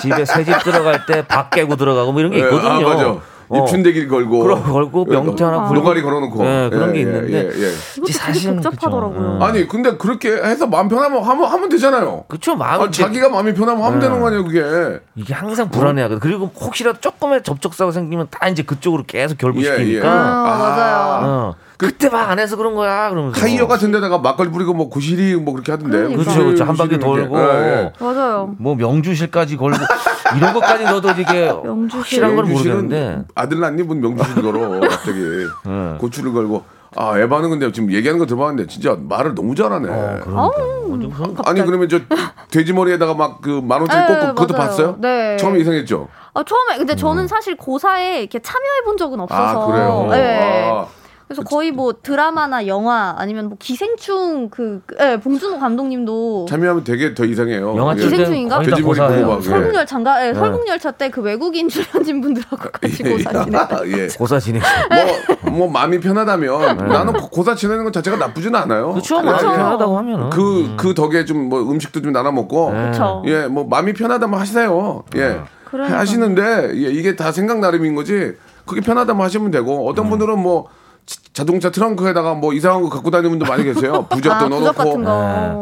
[SPEAKER 7] 집에 새집 들어갈 때 밥 깨고 들어가고 뭐 이런 게
[SPEAKER 3] 예,
[SPEAKER 7] 있거든요.
[SPEAKER 3] 아 맞아.
[SPEAKER 7] 어.
[SPEAKER 3] 입춘대길 걸고. 예,
[SPEAKER 7] 그런 거 걸고 명태 하나 굴리고.
[SPEAKER 3] 노가리 걸어놓고.
[SPEAKER 7] 예,
[SPEAKER 8] 네,
[SPEAKER 7] 그런 게 있는데
[SPEAKER 3] 예.
[SPEAKER 8] 이것도 되게 복잡하더라고요.
[SPEAKER 3] 아니 근데 그렇게 해서 마음 편하면 하면, 하면 되잖아요.
[SPEAKER 7] 음. 그쵸 마음
[SPEAKER 3] 아, 자기가 마음이 편하면 하면
[SPEAKER 7] 네.
[SPEAKER 3] 되는 거 아니에요 그게.
[SPEAKER 7] 이게 항상 불안해하거든. 그리고 혹시라도 조금의 접촉사고 생기면 다 이제 그쪽으로 계속 결부시키니까.
[SPEAKER 3] 예, 예. 아, 맞아요.
[SPEAKER 7] 어. 그때 막 안 해서 그런 거야. 그러면서. 뭐
[SPEAKER 3] 타이어 같은 데다가 막걸리 뿌리고 뭐 구실이 뭐 그렇게 예, 하던데.
[SPEAKER 7] 그러니까. 그쵸, 그쵸. 한 바퀴 돌고.
[SPEAKER 8] 맞아요.
[SPEAKER 7] 뭐 명주실까지 걸고 이런 것까지 넣어도 이게 확실한 건 모르겠는데. 네.
[SPEAKER 3] 아들 낳니? 분 명주실 걸어 갑자기 고추를 걸고. 아 에바는 근데 지금 얘기하는 거 들어봤는데 진짜 말을 너무 잘하네.
[SPEAKER 7] 어, 그러니까.
[SPEAKER 8] 어.
[SPEAKER 7] 뭐
[SPEAKER 3] 아니 그러면 저 돼지 머리에다가 막 그 만 원짜리
[SPEAKER 8] 네,
[SPEAKER 3] 꽂고 그것도
[SPEAKER 8] 맞아요.
[SPEAKER 3] 봤어요?
[SPEAKER 8] 네.
[SPEAKER 3] 처음에 이상했죠.
[SPEAKER 8] 아, 처음에 근데 저는 사실 고사에 이렇게 참여해 본 적은 없어서
[SPEAKER 3] 아 그래요.
[SPEAKER 8] 예.
[SPEAKER 3] 아.
[SPEAKER 8] 그래서 거의 뭐 드라마나 영화 아니면 뭐 기생충 그 그- 예, 봉준호 감독님도
[SPEAKER 3] 어? 참여하면 되게 더 이상해요. 예.
[SPEAKER 7] 영화 찍을 때는
[SPEAKER 8] 기생충인가?
[SPEAKER 3] 돼지머리
[SPEAKER 7] 거의 다
[SPEAKER 3] 보고 막. 예.
[SPEAKER 8] 설국열 장가 예,
[SPEAKER 3] 네.
[SPEAKER 8] 설국열차 때 그 외국인 출연진 분들하고 같이 고사 네. 지내.
[SPEAKER 3] 예.
[SPEAKER 7] 고사 진행.
[SPEAKER 3] 뭐, 뭐 마음이 편하다면 나는 고- 고사 지내는 건 자체가 나쁘진 않아요.
[SPEAKER 7] 네.
[SPEAKER 3] 예.
[SPEAKER 7] 그쵸, 마음이 네. 그쵸. 편하다고 하면은.
[SPEAKER 3] 그, 그 덕에 좀 뭐 음식도 좀 나눠 먹고.
[SPEAKER 8] 아,
[SPEAKER 7] 그쵸.
[SPEAKER 3] 예, 뭐 마음이 편하다면 하세요.
[SPEAKER 7] 네.
[SPEAKER 3] 예.
[SPEAKER 8] 그러니까요.
[SPEAKER 3] 하시는데 예, 이게 다 생각 나름인 거지. 그게 편하다면 하시면 되고 어떤
[SPEAKER 7] 음.
[SPEAKER 3] 분들은 뭐 지- 자동차 트렁크에다가 뭐 이상한 거 갖고 다니는 분도 많이 계세요. 부적도
[SPEAKER 8] 아, 부적
[SPEAKER 3] 넣어놓고,
[SPEAKER 8] 같은 거.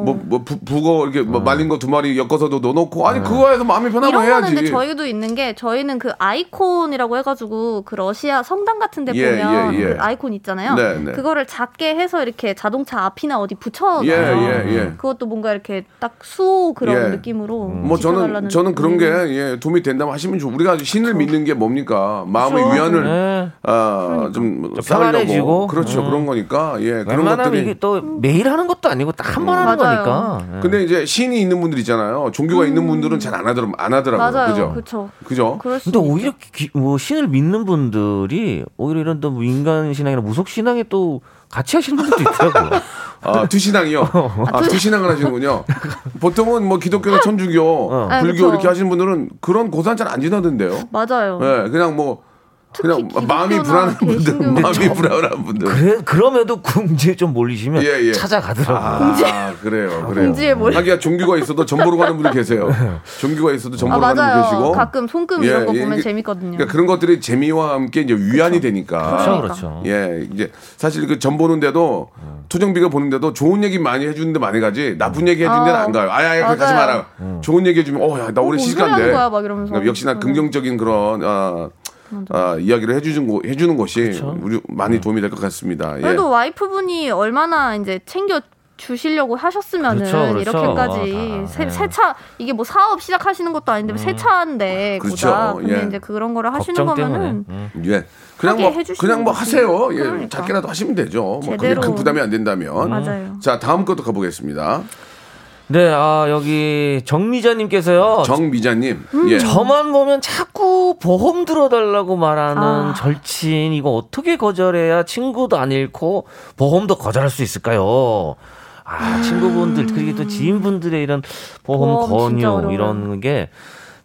[SPEAKER 8] 음.
[SPEAKER 3] 뭐, 뭐 부, 북어 이렇게 뭐 말린 거 두 마리 엮어서도 넣어놓고, 아니 그거 해서 마음이 편하고
[SPEAKER 8] 이런
[SPEAKER 3] 해야지.
[SPEAKER 8] 거는 근데 저희도 있는 게 저희는 그 아이콘이라고 해가지고 그 러시아 성당 같은 데
[SPEAKER 3] 예,
[SPEAKER 8] 보면
[SPEAKER 3] 예, 예.
[SPEAKER 8] 그 아이콘 있잖아요.
[SPEAKER 3] 네, 네.
[SPEAKER 8] 그거를 작게 해서 이렇게 자동차 앞이나 어디 붙여요. 음.
[SPEAKER 3] 예, 예, 예.
[SPEAKER 8] 그것도 뭔가 이렇게 딱 수호 그런
[SPEAKER 3] 예.
[SPEAKER 8] 느낌으로.
[SPEAKER 3] 뭐 저는
[SPEAKER 8] 지켜달라는 음. 그렇죠.
[SPEAKER 3] 저는 그런 게
[SPEAKER 8] 느낌.
[SPEAKER 3] 예, 도움이 된다면 하시면 좋. 우리가 신을 믿는 게 뭡니까? 마음의
[SPEAKER 7] 그렇죠.
[SPEAKER 3] 위안을
[SPEAKER 7] 네.
[SPEAKER 8] 그러니까.
[SPEAKER 3] 아, 좀
[SPEAKER 7] 좀
[SPEAKER 3] 쌓으려고.
[SPEAKER 7] 편안해지고.
[SPEAKER 3] 그렇죠.
[SPEAKER 7] 음.
[SPEAKER 3] 그런 거니까 예 그런
[SPEAKER 7] 웬만하면
[SPEAKER 3] 것들이.
[SPEAKER 7] 이게 또 매일 하는 것도 아니고 딱 한 번 하는
[SPEAKER 8] 음. 맞아요.
[SPEAKER 7] 거니까. 예.
[SPEAKER 3] 근데 이제 신이 있는 분들 있잖아요. 종교가 있는 분들은 잘 안 하더라 안 하더라고요.
[SPEAKER 8] 음. 맞아요.
[SPEAKER 3] 그죠?
[SPEAKER 8] 그렇죠.
[SPEAKER 3] 그죠?
[SPEAKER 8] 그럴 수
[SPEAKER 7] 근데 오히려 기- 뭐 신을 믿는 분들이 오히려 이런 또 민간 신앙이나 무속 신앙에 또 같이 하시는 분들도 있더라고요.
[SPEAKER 3] 아, 투신앙이요.
[SPEAKER 7] 어.
[SPEAKER 3] 아, 투신앙을 하시는군요. 보통은 뭐 기독교나 천주교,
[SPEAKER 7] 어.
[SPEAKER 8] 아,
[SPEAKER 3] 불교
[SPEAKER 8] 그쵸.
[SPEAKER 3] 이렇게 하시는 분들은 그런 고산 잘 안 지나던데요.
[SPEAKER 8] 맞아요.
[SPEAKER 3] 예, 그냥 뭐 그냥 마음이
[SPEAKER 8] 어. 기독교나
[SPEAKER 3] 불안한 분들,
[SPEAKER 8] 개신교
[SPEAKER 3] 마음이
[SPEAKER 7] 저-
[SPEAKER 3] 불안한 분들.
[SPEAKER 7] 그래 그럼에도 궁지에 좀 몰리시면
[SPEAKER 3] 예, 예.
[SPEAKER 7] 찾아가더라고요.
[SPEAKER 3] 아, 그래요, 그래요.
[SPEAKER 8] 공지에 몰-
[SPEAKER 3] 하기야 종교가 있어도 전보로 가는 분들 계세요.
[SPEAKER 7] 네.
[SPEAKER 3] 종교가 있어도
[SPEAKER 8] 아
[SPEAKER 3] 전보로 가는 분
[SPEAKER 8] 맞아요.
[SPEAKER 3] 계시고. 예,
[SPEAKER 8] 가끔 손금 이런 거 보면
[SPEAKER 3] 이게-
[SPEAKER 8] 재밌거든요.
[SPEAKER 3] 그러니까 그런 것들이 재미와 함께 이제 위안이 되니까.
[SPEAKER 7] 그렇죠, 그렇죠. 음.
[SPEAKER 3] 예, 이제 사실 그 전 보는데도 투정비가 보는데도 좋은 얘기 많이 해주는데 많이 가지 나쁜 얘기 해주는 데는
[SPEAKER 8] 어,
[SPEAKER 3] 안 가요. 아야, 아, 가지
[SPEAKER 8] 맞아요.
[SPEAKER 3] 마라.
[SPEAKER 7] 음.
[SPEAKER 3] 좋은 얘기 해주면, 어, 야, 나
[SPEAKER 8] 뭔
[SPEAKER 3] 오늘
[SPEAKER 8] 뭐 소리
[SPEAKER 3] 시간데.
[SPEAKER 8] 하는 거야, 막 이러면서.
[SPEAKER 3] 그러니까
[SPEAKER 8] 음.
[SPEAKER 3] 역시나
[SPEAKER 8] 맞아요.
[SPEAKER 3] 긍정적인 예. 그런 아, 아, 이야기를 해주는 거, 해주는 것이 우리 많이 도움이 될 것 같습니다. 예.
[SPEAKER 8] 그렇죠. 네. 그래도 와이프분이 얼마나 이제 챙겨 주시려고 하셨으면은
[SPEAKER 3] 그렇죠, 그렇죠.
[SPEAKER 8] 이렇게까지
[SPEAKER 7] 아,
[SPEAKER 3] 다,
[SPEAKER 8] 새-
[SPEAKER 7] 네.
[SPEAKER 8] 세차 이게 뭐 사업 시작하시는 것도 아닌데 새 세차인데
[SPEAKER 3] 그렇죠,
[SPEAKER 8] 고다 근데
[SPEAKER 3] 예.
[SPEAKER 8] 이제 그런 거를 하시는
[SPEAKER 7] 음. 걱정 음.
[SPEAKER 8] 거면은
[SPEAKER 3] 예. 그냥
[SPEAKER 8] 하게
[SPEAKER 3] 뭐
[SPEAKER 8] 해주시는
[SPEAKER 3] 그냥 뭐
[SPEAKER 8] 거지.
[SPEAKER 3] 하세요. 예,
[SPEAKER 8] 그러니까.
[SPEAKER 3] 작게라도 하시면 되죠. 뭐 그게
[SPEAKER 8] 제대로.
[SPEAKER 3] 큰 부담이 안 된다면.
[SPEAKER 8] 맞아요.
[SPEAKER 3] 자 다음 것도 가보겠습니다.
[SPEAKER 7] 네, 아 여기 정미자님께서요.
[SPEAKER 3] 정미자님,
[SPEAKER 8] 음.
[SPEAKER 3] 예.
[SPEAKER 7] 저만 보면 자꾸 보험 들어달라고 말하는
[SPEAKER 9] 아.
[SPEAKER 7] 절친 이거 어떻게 거절해야 친구도 안 잃고 보험도 거절할 수 있을까요? 아 친구분들 그리고 또 지인분들의 이런 보험
[SPEAKER 9] 음. 보험 진짜
[SPEAKER 7] 권유
[SPEAKER 9] 어려워요.
[SPEAKER 7] 이런 게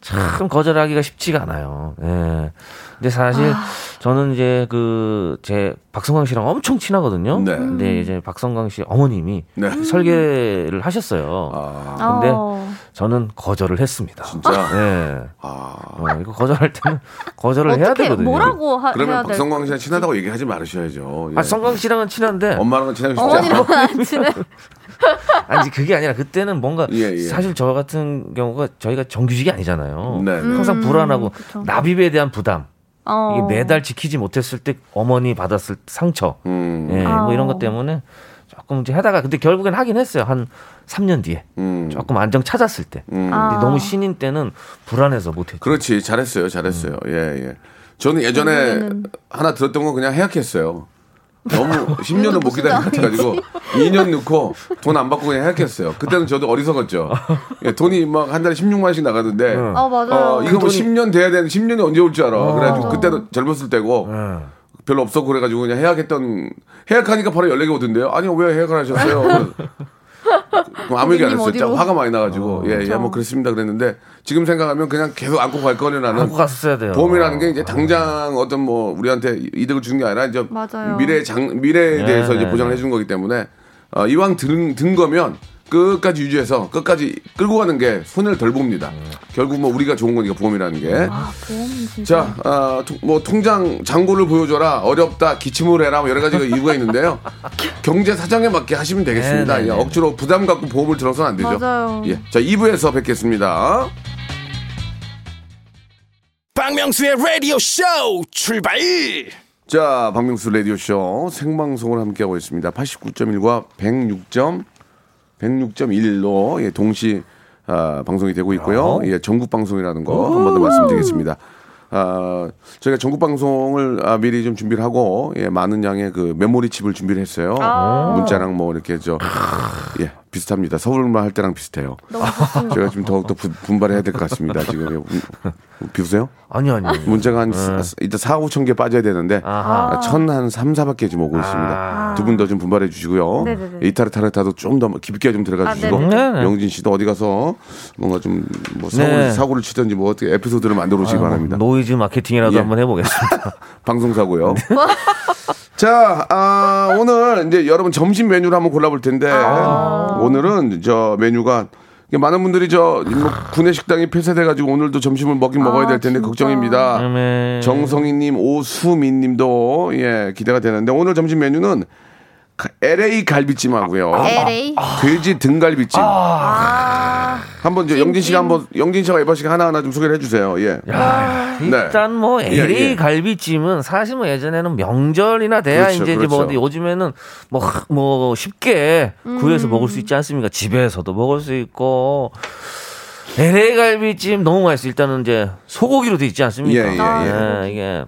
[SPEAKER 7] 참 거절하기가 쉽지가 않아요. 예. 근데 사실
[SPEAKER 9] 아.
[SPEAKER 7] 저는 이제 그 제 박성광 씨랑 엄청 친하거든요.
[SPEAKER 9] 음.
[SPEAKER 7] 근데 이제 박성광 씨 어머님이
[SPEAKER 3] 네. 아.
[SPEAKER 7] 설계를 하셨어요. 근데
[SPEAKER 8] 어.
[SPEAKER 7] 저는 거절을 했습니다.
[SPEAKER 3] 진짜?
[SPEAKER 8] 아.
[SPEAKER 3] 아.
[SPEAKER 7] 예. 어, 이거 거절할 때는 거절을 해야
[SPEAKER 8] 어떻게
[SPEAKER 7] 되거든요.
[SPEAKER 8] 뭐라고 하, 해야
[SPEAKER 3] 그러면
[SPEAKER 8] 돼?
[SPEAKER 3] 박성광 씨랑 친하다고 얘기하지 말으셔야죠. 예.
[SPEAKER 7] 아, 성광 씨랑은 친한데
[SPEAKER 3] 엄마랑은 친하고 싶지 않아요.
[SPEAKER 8] 어머니랑 안 친해.
[SPEAKER 7] 아니 그게 아니라 그때는 뭔가
[SPEAKER 3] 예, 예.
[SPEAKER 7] 사실 저 같은 경우가 저희가 정규직이 아니잖아요.
[SPEAKER 3] 네, 네.
[SPEAKER 7] 항상 불안하고
[SPEAKER 8] 음, 그쵸.
[SPEAKER 7] 납입에 대한 부담.
[SPEAKER 8] 어.
[SPEAKER 7] 이게 매달 지키지 못했을 때 어머니 받았을 상처.
[SPEAKER 3] 음,
[SPEAKER 7] 예,
[SPEAKER 8] 아우.
[SPEAKER 7] 뭐 이런 것 때문에 조금 이제 하다가 근데 결국엔 하긴 했어요. 한 3년 뒤에.
[SPEAKER 3] 음.
[SPEAKER 7] 조금 안정 찾았을 때.
[SPEAKER 8] 아.
[SPEAKER 7] 근데 너무 신인 때는 불안해서 못했죠. 음.
[SPEAKER 3] 그렇지 잘했어요 잘했어요 예 예. 저는 예전에 하나 들었던 건 그냥 해약했어요. 너무 10년을 못 기다린 것 같아가지고 2년 넣고 돈 안 받고 그냥 해약했어요. 그때는 저도 어리석었죠. 예, 돈이 막 한 달에 16만씩 나가는데
[SPEAKER 8] 아, 맞아요. 어.
[SPEAKER 3] 어, 이거 뭐 10년 돼야 되는 10년이 언제 올 줄 알아. 그래가지고
[SPEAKER 8] 맞아.
[SPEAKER 3] 그때는 젊었을 때고
[SPEAKER 7] 예.
[SPEAKER 3] 별로 없었고 그래가지고 그냥 해약했던 해약하니까 바로 연락이 오던데요. 아니 왜 해약을 하셨어요? 그래서 그럼 아무 얘기 안
[SPEAKER 8] 고객님
[SPEAKER 3] 했어요. 진짜
[SPEAKER 8] 어디로?
[SPEAKER 3] 화가 많이 나가지고 예예 뭐 그렇습니다 그랬는데 지금 생각하면 그냥 계속 안고 갈 거는 나는
[SPEAKER 7] 안고 갔었어야 돼요.
[SPEAKER 3] 보험이라는 게 이제 당장 어떤 뭐 우리한테 이득을 주는 게 아니라 이제
[SPEAKER 8] 맞아요.
[SPEAKER 3] 미래 장 미래에 대해서
[SPEAKER 7] 네,
[SPEAKER 3] 이제
[SPEAKER 7] 네,
[SPEAKER 3] 보장을
[SPEAKER 7] 네.
[SPEAKER 3] 해주는 거기 때문에 어, 이왕 든, 든 거면 끝까지 유지해서 끝까지 끌고 가는 게 손해를 덜 봅니다. 결국 뭐 우리가 좋은 거니까 보험이라는 게.
[SPEAKER 8] 아, 보험 진짜.
[SPEAKER 3] 자, 아, 통- 뭐 통장 잔고를 보여줘라 어렵다 기침을 해라 뭐 여러 가지가 이유가 있는데요. 경제 사정에 맞게 하시면 되겠습니다.
[SPEAKER 7] 네네네.
[SPEAKER 3] 예, 억지로 부담 갖고 보험을 들어서는 안 되죠.
[SPEAKER 8] 맞아요.
[SPEAKER 3] 예, 자 2부에서 뵙겠습니다.
[SPEAKER 6] 박명수의 라디오 쇼 출발
[SPEAKER 3] 자, 박명수 라디오 쇼 생방송을 함께 하고 있습니다. 89.1과 106점 106.1로 예, 동시 아, 방송이 되고 있고요. 예, 전국 방송이라는 거 한 번 더 말씀드리겠습니다. 아, 저희가 전국 방송을 아, 미리 좀 준비를 하고 예, 많은 양의 그 메모리 칩을 준비를 했어요. 문자랑 뭐 이렇게 저 예, 비슷합니다. 서울말 할 때랑 비슷해요. 제가 지금 더욱더 분- 분발해야 될 것 같습니다. 지금 예, 비우세요?
[SPEAKER 7] 아니 아니.
[SPEAKER 3] 음. 문제가 한 스- 일단 4, 5천 개 빠져야 되는데
[SPEAKER 7] 음. 아하. 아.
[SPEAKER 3] 천한 3, 4밖에 지금 오고 있습니다. 두 분 더 좀 분발해 주시고요.
[SPEAKER 8] 네네네.
[SPEAKER 3] 이타르타르타도 좀 더 깊게 좀 들어가
[SPEAKER 8] 아,
[SPEAKER 3] 주시고
[SPEAKER 7] 네네네.
[SPEAKER 3] 영진 씨도 어디 가서 뭔가 좀 뭐 사고를,
[SPEAKER 7] 네. 아,
[SPEAKER 3] 사고를 치든지 뭐 어떻게 에피소드를 만들어 오시기 바랍니다.
[SPEAKER 7] 노이즈 마케팅이라도
[SPEAKER 3] 예.
[SPEAKER 7] 한번 해보겠습니다.
[SPEAKER 3] 방송사고요.
[SPEAKER 8] 뭐?
[SPEAKER 3] 자, 아, 오늘 이제 여러분 점심 메뉴를 한번 골라볼 텐데
[SPEAKER 8] 아.
[SPEAKER 3] 오늘은 저 메뉴가 이게 많은 분들이 저뭐 군내 식당이 폐쇄돼가지고 오늘도 점심을 먹긴 먹어야 될 텐데
[SPEAKER 8] 아, 진짜.
[SPEAKER 3] 걱정입니다.
[SPEAKER 7] 다음에
[SPEAKER 3] 정성희님, 오수민님도 예 기대가 되는데 오늘 점심 메뉴는 가- LA
[SPEAKER 8] 아,
[SPEAKER 3] 갈비찜하고요. 아.
[SPEAKER 8] LA.
[SPEAKER 3] 돼지 등갈비찜.
[SPEAKER 8] 아.
[SPEAKER 3] 네. 한번 저 영진 씨가
[SPEAKER 8] 찜찜.
[SPEAKER 3] 한번 영진 씨가 에바 씨가 하나 하나 좀 소개를 해주세요. 예.
[SPEAKER 7] 야,
[SPEAKER 3] 네.
[SPEAKER 7] 일단 뭐
[SPEAKER 3] 예,
[SPEAKER 7] LA
[SPEAKER 3] 예.
[SPEAKER 7] 갈비찜은 사실 뭐 예전에는 명절이나 돼야
[SPEAKER 3] 그렇죠,
[SPEAKER 7] 이제 이제 뭐
[SPEAKER 3] 그렇죠.
[SPEAKER 7] 어디 요즘에는 뭐 뭐 쉽게 구해서 먹을 수 있지 않습니까? 집에서도 먹을 수 있고 LA 갈비찜 너무 맛있어. 일단은 이제 소고기로 돼 있지 않습니까?
[SPEAKER 3] 예, 예,
[SPEAKER 7] 예, 이게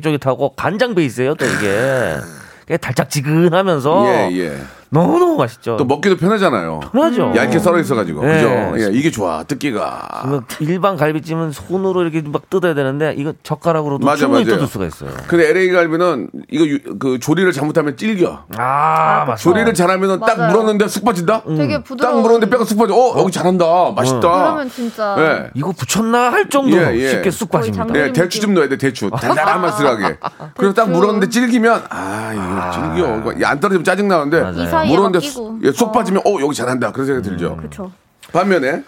[SPEAKER 7] 쫄깃쫄깃하고 간장 베이스예요, 또 이게. 그게 달짝지근하면서
[SPEAKER 3] 예, 예.
[SPEAKER 7] 너무 너무 맛있죠.
[SPEAKER 3] 또 먹기도 편하잖아요.
[SPEAKER 7] 편하죠.
[SPEAKER 3] 얇게 썰어 있어가지고
[SPEAKER 7] 예.
[SPEAKER 3] 그죠? 예, 이게 좋아 뜯기가.
[SPEAKER 7] 이거 그 일반 갈비찜은 손으로 이렇게 막 뜯어야 되는데 이거 젓가락으로도
[SPEAKER 3] 맞아,
[SPEAKER 7] 충분히
[SPEAKER 3] 맞아요.
[SPEAKER 7] 뜯을 수가 있어요.
[SPEAKER 3] 근데 LA 갈비는 이거 유- 그 조리를 잘못하면 질겨.
[SPEAKER 7] 아,
[SPEAKER 8] 그
[SPEAKER 7] 맞아.
[SPEAKER 3] 조리를 잘하면 딱
[SPEAKER 8] 맞아요.
[SPEAKER 3] 물었는데 쑥 빠진다.
[SPEAKER 8] 되게
[SPEAKER 3] 딱
[SPEAKER 8] 부드러운. 음.
[SPEAKER 3] 물었는데 뼈가 쑥 빠져. 어 여기 잘한다. 맛있다.
[SPEAKER 8] 그러면 진짜.
[SPEAKER 3] 예.
[SPEAKER 7] 이거 붙였나 할 정도로
[SPEAKER 3] 예, 예.
[SPEAKER 7] 쉽게 쑥
[SPEAKER 8] 거의
[SPEAKER 7] 빠집니다.
[SPEAKER 3] 네,
[SPEAKER 8] 장난-
[SPEAKER 3] 대추 좀 넣어야 돼, 대추. 달달한 맛을하게. 그리고 딱 물었는데 질기면, 아, 이거 질겨. 이거 안 떨어지면
[SPEAKER 8] 이
[SPEAKER 3] 짜증나는데,
[SPEAKER 8] 사이에
[SPEAKER 3] 물었는데
[SPEAKER 8] 막 끼고.
[SPEAKER 3] 쑥- 예, 쏙 빠지면, 어, 여기 잘한다. 그런 생각이 들죠.
[SPEAKER 8] 그렇죠.
[SPEAKER 3] 반면에,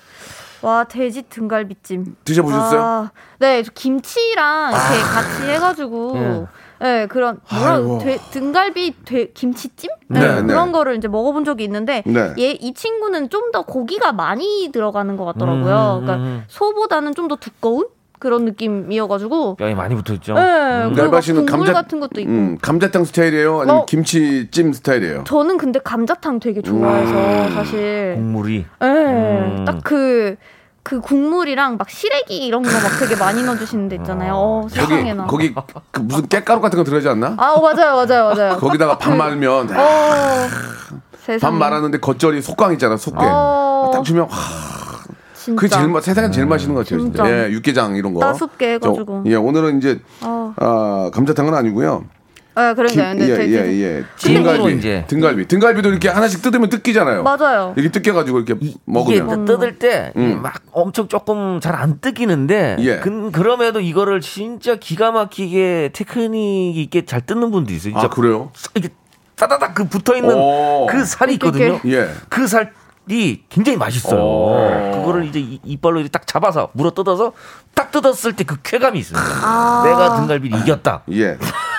[SPEAKER 8] 와 돼지 등갈비찜
[SPEAKER 3] 드셔보셨어요? 음. 아.
[SPEAKER 8] 아, 네, 저 김치랑 이렇게 같이 해가지고 네, 그런 뭐라
[SPEAKER 3] 아이고.
[SPEAKER 8] 돼, 등갈비 돼, 김치찜
[SPEAKER 3] 네,
[SPEAKER 8] 네,
[SPEAKER 3] 네.
[SPEAKER 8] 그런 거를 이제 먹어본 적이 있는데
[SPEAKER 3] 네.
[SPEAKER 8] 얘 이 친구는 좀 더 고기가 많이 들어가는 것
[SPEAKER 7] 음,
[SPEAKER 8] 같더라고요. 그러니까 소보다는 좀 더 두꺼운 그런 느낌이어가지고
[SPEAKER 7] 뼈에 많이 붙어 있죠.
[SPEAKER 8] 네, 그리고
[SPEAKER 3] 날바
[SPEAKER 8] 막
[SPEAKER 3] 씨는
[SPEAKER 8] 국물
[SPEAKER 3] 음, 감자,
[SPEAKER 8] 같은 것도 있고
[SPEAKER 3] 음, 감자탕 스타일이에요? 아니면
[SPEAKER 8] 어.
[SPEAKER 3] 김치찜 스타일이에요?
[SPEAKER 8] 저는 근데 감자탕 되게 좋아해서
[SPEAKER 3] 음.
[SPEAKER 8] 사실 네,
[SPEAKER 7] 국물이 음.
[SPEAKER 8] 예딱그 그 국물이랑 막 시래기 이런 거 막 되게 많이 넣어주시는 데 있잖아요. 어,
[SPEAKER 3] 거기,
[SPEAKER 8] 세상에나.
[SPEAKER 3] 거기 그 무슨 깨가루 같은 거 들어가지 않나?
[SPEAKER 8] 아, 어, 맞아요, 맞아요, 맞아요.
[SPEAKER 3] 거기다가 밥 말면,
[SPEAKER 8] 어,
[SPEAKER 3] 밥
[SPEAKER 8] 세상에.
[SPEAKER 3] 말하는데 겉절이 속광 있잖아, 속게.
[SPEAKER 8] 어.
[SPEAKER 3] 딱 주면, 와,
[SPEAKER 8] 진짜.
[SPEAKER 3] 그게 제일, 맛- 세상에
[SPEAKER 7] 음,
[SPEAKER 3] 제일 맛있는 것 같아요, 진짜.
[SPEAKER 8] 진짜.
[SPEAKER 3] 예, 육개장 이런 거.
[SPEAKER 8] 따숩게 해가지고.
[SPEAKER 3] 저- 예, 오늘은 이제
[SPEAKER 8] 어.
[SPEAKER 3] 아, 감자탕은 아니고요.
[SPEAKER 8] 예, 그러니까요. 근데 되게
[SPEAKER 3] 예예 예.
[SPEAKER 7] 찜으로
[SPEAKER 3] 등갈비
[SPEAKER 7] 이제.
[SPEAKER 3] 등갈비 등갈비도 이렇게 하나씩 뜯으면 뜯기잖아요.
[SPEAKER 8] 맞아요.
[SPEAKER 3] 이렇게 뜯겨가지고 이렇게
[SPEAKER 7] 이게
[SPEAKER 3] 먹으면
[SPEAKER 7] 뜯을 때 막
[SPEAKER 3] 음.
[SPEAKER 7] 엄청 조금 잘 안 뜯기는데
[SPEAKER 3] 예.
[SPEAKER 7] 근- 그럼에도 이거를 진짜 기가 막히게 테크닉 있게 잘 뜯는 분도 있어요. 진짜
[SPEAKER 3] 아 그래요?
[SPEAKER 7] 이게 따다닥 그 붙어 있는
[SPEAKER 3] 오.
[SPEAKER 7] 그 살이 있거든요.
[SPEAKER 3] 예.
[SPEAKER 7] 그 살이 굉장히 맛있어요.
[SPEAKER 3] 오.
[SPEAKER 7] 그거를 이제 이- 이빨로 이렇게 딱 잡아서 물어 뜯어서 딱 뜯었을 때 그 쾌감이 있어요.
[SPEAKER 8] 아.
[SPEAKER 7] 내가 등갈비를 이겼다.
[SPEAKER 3] 예.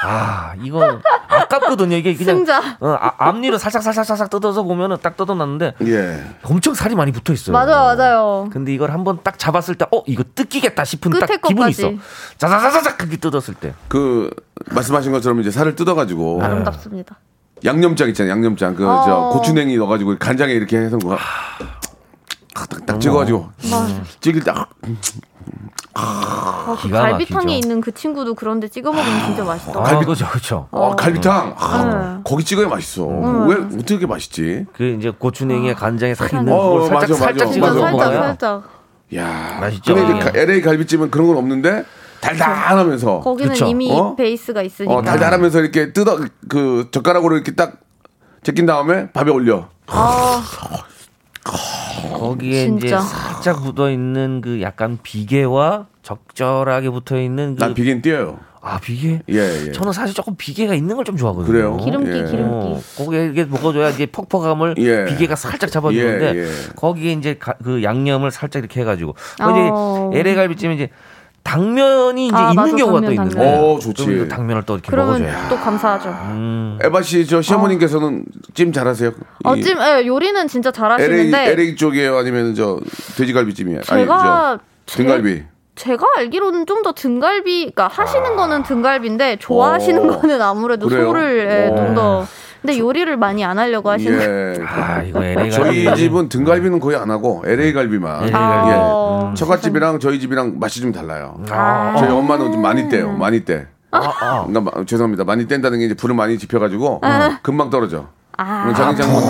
[SPEAKER 7] 아, 이건 아깝거든요. 이게 그냥
[SPEAKER 8] 승자.
[SPEAKER 7] 어, 아, 앞니로 살짝 살짝 살짝 뜯어서 보면은 딱 뜯어놨는데
[SPEAKER 3] 예.
[SPEAKER 7] 엄청 살이 많이 붙어 있어요.
[SPEAKER 8] 맞아요, 맞아요.
[SPEAKER 7] 근데 이걸 한번 딱 잡았을 때, 어 이거 뜯기겠다 싶은 딱
[SPEAKER 8] 끝에
[SPEAKER 7] 기분이 있어.
[SPEAKER 8] 것까지.
[SPEAKER 7] 자자자자자 그게 뜯었을 때.
[SPEAKER 3] 그 말씀하신 것처럼 이제 살을 뜯어가지고
[SPEAKER 8] 아름답습니다.
[SPEAKER 3] 양념장 있잖아요. 양념장 그 저
[SPEAKER 8] 어.
[SPEAKER 3] 고추냉이 넣어가지고 간장에 이렇게 해서 그거 딱딱 찍어가지고
[SPEAKER 8] 음.
[SPEAKER 3] 찍을 때 아,
[SPEAKER 8] 아, 그
[SPEAKER 7] 기가 막히죠.
[SPEAKER 8] 갈비탕에 있는 그 친구도 그런데 찍어 먹으면 진짜 맛있다.
[SPEAKER 7] 아, 그죠 그죠.
[SPEAKER 8] 어.
[SPEAKER 3] 아, 갈비탕 아,
[SPEAKER 8] 네.
[SPEAKER 3] 거기 찍어야 맛있어.
[SPEAKER 8] 음.
[SPEAKER 3] 왜 어떻게 이렇게 맛있지?
[SPEAKER 7] 그 이제 고추냉이에 간장에 싹 있는
[SPEAKER 3] 어,
[SPEAKER 7] 그걸 살짝
[SPEAKER 3] 맞아, 맞아,
[SPEAKER 7] 살짝
[SPEAKER 8] 진짜
[SPEAKER 7] 찍어서
[SPEAKER 3] 맞아,
[SPEAKER 8] 아, 살짝
[SPEAKER 7] 먹어요.
[SPEAKER 8] 살짝.
[SPEAKER 3] 야
[SPEAKER 7] 맛있죠.
[SPEAKER 3] 근데 이제 가- LA 갈비찜은 그런 건 없는데 달달하면서
[SPEAKER 8] 거기는
[SPEAKER 7] 그쵸.
[SPEAKER 8] 이미
[SPEAKER 3] 어?
[SPEAKER 8] 베이스가 있으니까.
[SPEAKER 3] 어, 달달하면서 이렇게 뜯어 그 젓가락으로 이렇게 딱 제낀 다음에 밥에 올려.
[SPEAKER 7] 거기에 이제
[SPEAKER 8] 진짜.
[SPEAKER 7] 살짝 묻어 있는 그 약간 비계와 적절하게 붙어 있는 그
[SPEAKER 3] 난 비긴 띄어요.
[SPEAKER 7] 아 비계?
[SPEAKER 3] 예, 예.
[SPEAKER 7] 저는 사실 조금 비계가 있는 걸 좀 좋아하거든요.
[SPEAKER 3] 그래요?
[SPEAKER 8] 기름기,
[SPEAKER 3] 예.
[SPEAKER 8] 기름기.
[SPEAKER 7] 어, 거기에 이게 먹어줘야 이제 퍽퍽함을
[SPEAKER 3] 예.
[SPEAKER 7] 비계가 살짝 잡아주는데
[SPEAKER 3] 예, 예.
[SPEAKER 7] 거기에 이제 가- 그 양념을 살짝 이렇게 해가지고
[SPEAKER 8] 어.
[SPEAKER 7] 이제 LA 갈비찜 이제 당면이 이제
[SPEAKER 8] 아,
[SPEAKER 7] 있는
[SPEAKER 8] 맞아,
[SPEAKER 7] 경우가
[SPEAKER 8] 당면,
[SPEAKER 7] 또 있는데
[SPEAKER 3] 당면. 어, 좋지.
[SPEAKER 7] 그럼 또 당면을 또 이렇게
[SPEAKER 8] 그러면
[SPEAKER 7] 먹어줘야
[SPEAKER 8] 또 감사하죠.
[SPEAKER 3] 음, 에바 씨 저 시어머님께서는 찜 잘하세요? 이
[SPEAKER 8] 어찜 예, 요리는 진짜
[SPEAKER 3] LA
[SPEAKER 8] 잘하시는데
[SPEAKER 3] LA 쪽이에요 아니면 저 돼지갈비찜이에요?
[SPEAKER 8] 제가
[SPEAKER 3] 아니, 저 등갈비.
[SPEAKER 8] 제, 가 알기로는 좀 더 등갈비 그러니까 하시는 거는 등갈비인데 좋아하시는
[SPEAKER 3] 아. 어.
[SPEAKER 8] 거는 아무래도
[SPEAKER 3] 그래요?
[SPEAKER 8] 소를 예,
[SPEAKER 3] 어.
[SPEAKER 8] 좀 더 근데 요리를 많이 안 하려고 하시는
[SPEAKER 3] 예.
[SPEAKER 7] 아 이거 LA 갈비
[SPEAKER 3] 저희 집은 등갈비는 거의 안 하고 LA 갈비만.
[SPEAKER 7] LA 갈비.
[SPEAKER 8] 아.
[SPEAKER 3] 예. 처갓집이랑 저희 집이랑 맛이 좀 달라요.
[SPEAKER 7] 아,
[SPEAKER 3] 저희 엄마는 좀 많이 떼요. 많이 떼.
[SPEAKER 7] 아, 아.
[SPEAKER 3] 그러니까 마- 죄송합니다. 많이 뗀다는 게 이제 불을 많이 지펴가지고 금방 떨어져.
[SPEAKER 8] 아.
[SPEAKER 3] 장인 장모님,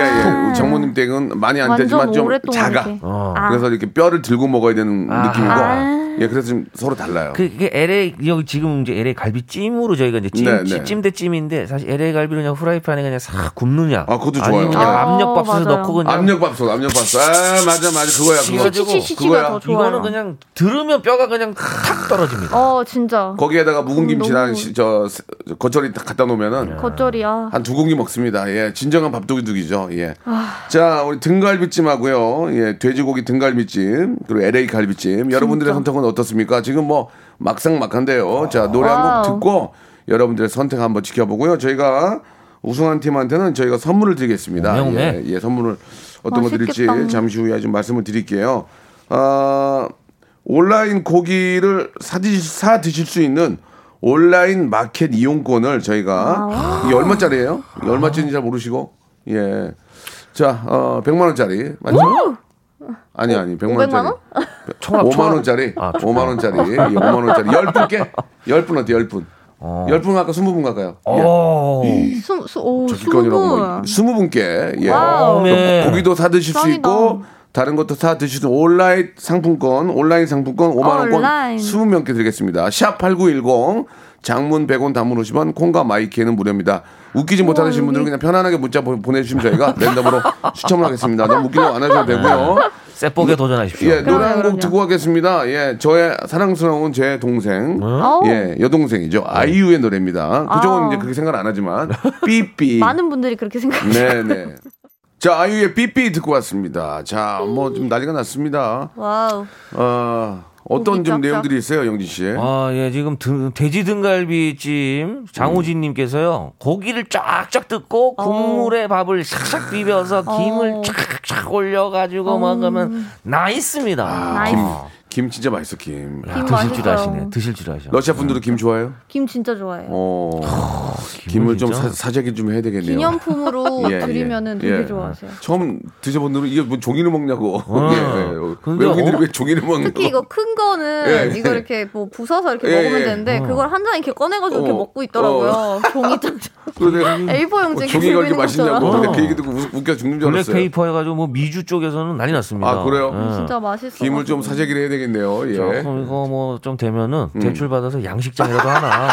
[SPEAKER 3] 예예, 장모님 댁은 많이 안
[SPEAKER 8] 완전
[SPEAKER 3] 되지만 좀
[SPEAKER 8] 오랫동안
[SPEAKER 3] 작아.
[SPEAKER 8] 이렇게.
[SPEAKER 7] 어.
[SPEAKER 8] 아.
[SPEAKER 3] 그래서 이렇게 뼈를 들고 먹어야 되는
[SPEAKER 7] 아.
[SPEAKER 3] 느낌이고,
[SPEAKER 7] 아.
[SPEAKER 3] 예, 그래서 좀 서로 달라요.
[SPEAKER 7] 그게 LA 여기 지금 이제 LA 갈비찜으로 저희가 이제 찜,
[SPEAKER 3] 네, 네.
[SPEAKER 7] 찜대 찜인데 사실 LA 갈비를 그냥 후라이팬에 그냥 싹 굽느냐
[SPEAKER 3] 아, 그것도
[SPEAKER 7] 아니면
[SPEAKER 3] 좋아요.
[SPEAKER 7] 그냥
[SPEAKER 8] 아,
[SPEAKER 7] 압력밥솥에
[SPEAKER 8] 맞아요.
[SPEAKER 7] 넣고 그냥
[SPEAKER 3] 압력밥솥, 압력밥솥. 아, 맞아, 맞아, 그거야, 그거.
[SPEAKER 7] 지그지그
[SPEAKER 8] 시시시시가 더 좋아요.
[SPEAKER 7] 이거는 그냥 들으면 뼈가 그냥 탁 떨어집니다.
[SPEAKER 8] 어 진짜
[SPEAKER 3] 거기에다가 묵은 김치랑
[SPEAKER 8] 음, 너무-
[SPEAKER 3] 시- 저, 스- 저 겉절이 딱 갖다
[SPEAKER 8] 네.
[SPEAKER 3] 놓으면은
[SPEAKER 8] 겉절이야
[SPEAKER 3] 한 두 공기 먹습니다. 예, 진정한 밥도둑이죠. 예.
[SPEAKER 8] 아.
[SPEAKER 3] 자, 우리 등갈비찜하고요. 예, 돼지고기 등갈비찜 그리고 LA 갈비찜. 여러분들의 선택은 어떻습니까? 지금 뭐 막상 막한데요. 자, 노래 한 곡
[SPEAKER 8] 와우.
[SPEAKER 3] 듣고 여러분들의 선택 한번 지켜보고요. 저희가 우승한 팀한테는 저희가 선물을 드리겠습니다.
[SPEAKER 7] 오메, 오메.
[SPEAKER 3] 예, 예, 선물을 어떤 거 드릴지
[SPEAKER 8] 맛있겠다.
[SPEAKER 3] 잠시 후에 좀 말씀을 드릴게요. 아, 온라인 고기를 사 드실, 사 드실 수 있는 온라인 마켓 이용권을
[SPEAKER 8] 아.
[SPEAKER 3] 저희가 이게 얼마짜리예요? 이게 얼마짜리인지 잘 모르시고 예. 자, 어, 100만 원짜리 맞죠? 아니 아니 100만
[SPEAKER 8] 500만
[SPEAKER 3] 원짜리.
[SPEAKER 8] 원?
[SPEAKER 3] 5만 원짜리.
[SPEAKER 7] 아,
[SPEAKER 3] 오 5만 원짜리. 예, 5만 원짜리. 10분께 10분 어때요? 10분.
[SPEAKER 7] 어.
[SPEAKER 3] 10분 할까 20분 갈까요? 예.
[SPEAKER 8] 어.
[SPEAKER 7] 오.
[SPEAKER 8] 스무 스- 오 어, 스무
[SPEAKER 3] 직관이라고 뭐
[SPEAKER 8] 분
[SPEAKER 3] 20분께 예.
[SPEAKER 8] 와우.
[SPEAKER 7] 네.
[SPEAKER 3] 고기도 사 드실 수
[SPEAKER 8] 짱이다.
[SPEAKER 3] 있고 다른 것도 사 드실 수 있는 온라인 상품권, 온라인 상품권 5만 원권
[SPEAKER 8] 온라인.
[SPEAKER 3] 20명께 드리겠습니다. 샵8910 장문 100원 단문 50원 콩과 마이키에는 무료입니다. 웃기지 못하신 분들은 그냥 편안하게 문자 보- 보내주시면 저희가 랜덤으로 추첨을 하겠습니다. 너무 웃기려고 안 하셔도 되고요.
[SPEAKER 7] 세복에 도전하십시오.
[SPEAKER 3] 예, 노래 한 곡
[SPEAKER 8] 네. 그럼요.
[SPEAKER 3] 듣고 가겠습니다. 예, 저의 사랑스러운 제 동생.
[SPEAKER 8] 아우,
[SPEAKER 3] 예, 여동생이죠. 아이유의 노래입니다. 그쪽은
[SPEAKER 8] 아.
[SPEAKER 3] 이제 그렇게 생각 안 하지만 삐삐.
[SPEAKER 8] 많은 분들이 그렇게 생각해요
[SPEAKER 3] 네네. 자, 아이유의 삐삐 듣고 왔습니다. 자, 뭐 좀 난리가 났습니다.
[SPEAKER 8] 와우
[SPEAKER 3] 어, 어떤 좀
[SPEAKER 8] 고기 쩍쩍.
[SPEAKER 3] 내용들이 있어요, 영진 씨?
[SPEAKER 7] 아, 예, 지금 등, 돼지 등갈비찜 장우진님께서요 고기를 쫙쫙 뜯고
[SPEAKER 8] 어.
[SPEAKER 7] 국물에 밥을 샥샥 비벼서 김을 쫙쫙 올려가지고 먹으면 나있습니다.
[SPEAKER 8] 음.
[SPEAKER 3] 아.
[SPEAKER 8] 나이스.
[SPEAKER 3] 김 진짜 맛있어, 김.
[SPEAKER 8] 김
[SPEAKER 7] 야, 드실 줄
[SPEAKER 8] 맛있어요.
[SPEAKER 7] 아시네. 드실 줄 아셔.
[SPEAKER 3] 러시아 분들은 김 좋아해요?
[SPEAKER 8] 김 진짜 좋아해요
[SPEAKER 3] 어, 김을 좀
[SPEAKER 7] 진짜?
[SPEAKER 3] 사, 사재기 좀 해야 되겠네요.
[SPEAKER 8] 기념품으로
[SPEAKER 3] 예, 예.
[SPEAKER 8] 드리면은 되게
[SPEAKER 3] 예.
[SPEAKER 8] 좋아하세요
[SPEAKER 3] 처음 드셔본 분들은 이게 뭐 종이를 먹냐고.
[SPEAKER 7] 어.
[SPEAKER 3] 예, 예.
[SPEAKER 7] 근데
[SPEAKER 3] 외국인들이
[SPEAKER 7] 어-
[SPEAKER 3] 왜 종이를 먹냐고.
[SPEAKER 8] 특히 이거 큰 거는
[SPEAKER 3] 예, 예.
[SPEAKER 8] 이거 이렇게 뭐 부숴서 이렇게
[SPEAKER 3] 예,
[SPEAKER 8] 먹으면
[SPEAKER 3] 예.
[SPEAKER 8] 되는데 그걸 한 장 이렇게 꺼내가지고 이렇게
[SPEAKER 3] 어.
[SPEAKER 8] 먹고 있더라고요. 종이 장
[SPEAKER 3] 그래서 내가
[SPEAKER 8] A4용지
[SPEAKER 3] 어,
[SPEAKER 8] 이렇게
[SPEAKER 3] 종이가
[SPEAKER 8] 들고
[SPEAKER 3] 이렇게
[SPEAKER 8] 있는
[SPEAKER 3] 맛있냐고.
[SPEAKER 8] 것처럼.
[SPEAKER 3] 근데 그 얘기 듣고 웃- 웃겨 죽는 줄 알았어요.
[SPEAKER 7] 블랙페이퍼 해가지고 뭐 미주 쪽에서는 난리 났습니다.
[SPEAKER 3] 아, 그래요?
[SPEAKER 7] 예.
[SPEAKER 8] 진짜 맛있어.
[SPEAKER 3] 김을 좀
[SPEAKER 7] 그렇죠.
[SPEAKER 3] 사재기를 해야 되겠네요. 예.
[SPEAKER 7] 조금 이거 뭐 좀 되면은 대출 받아서 양식장이라도 하나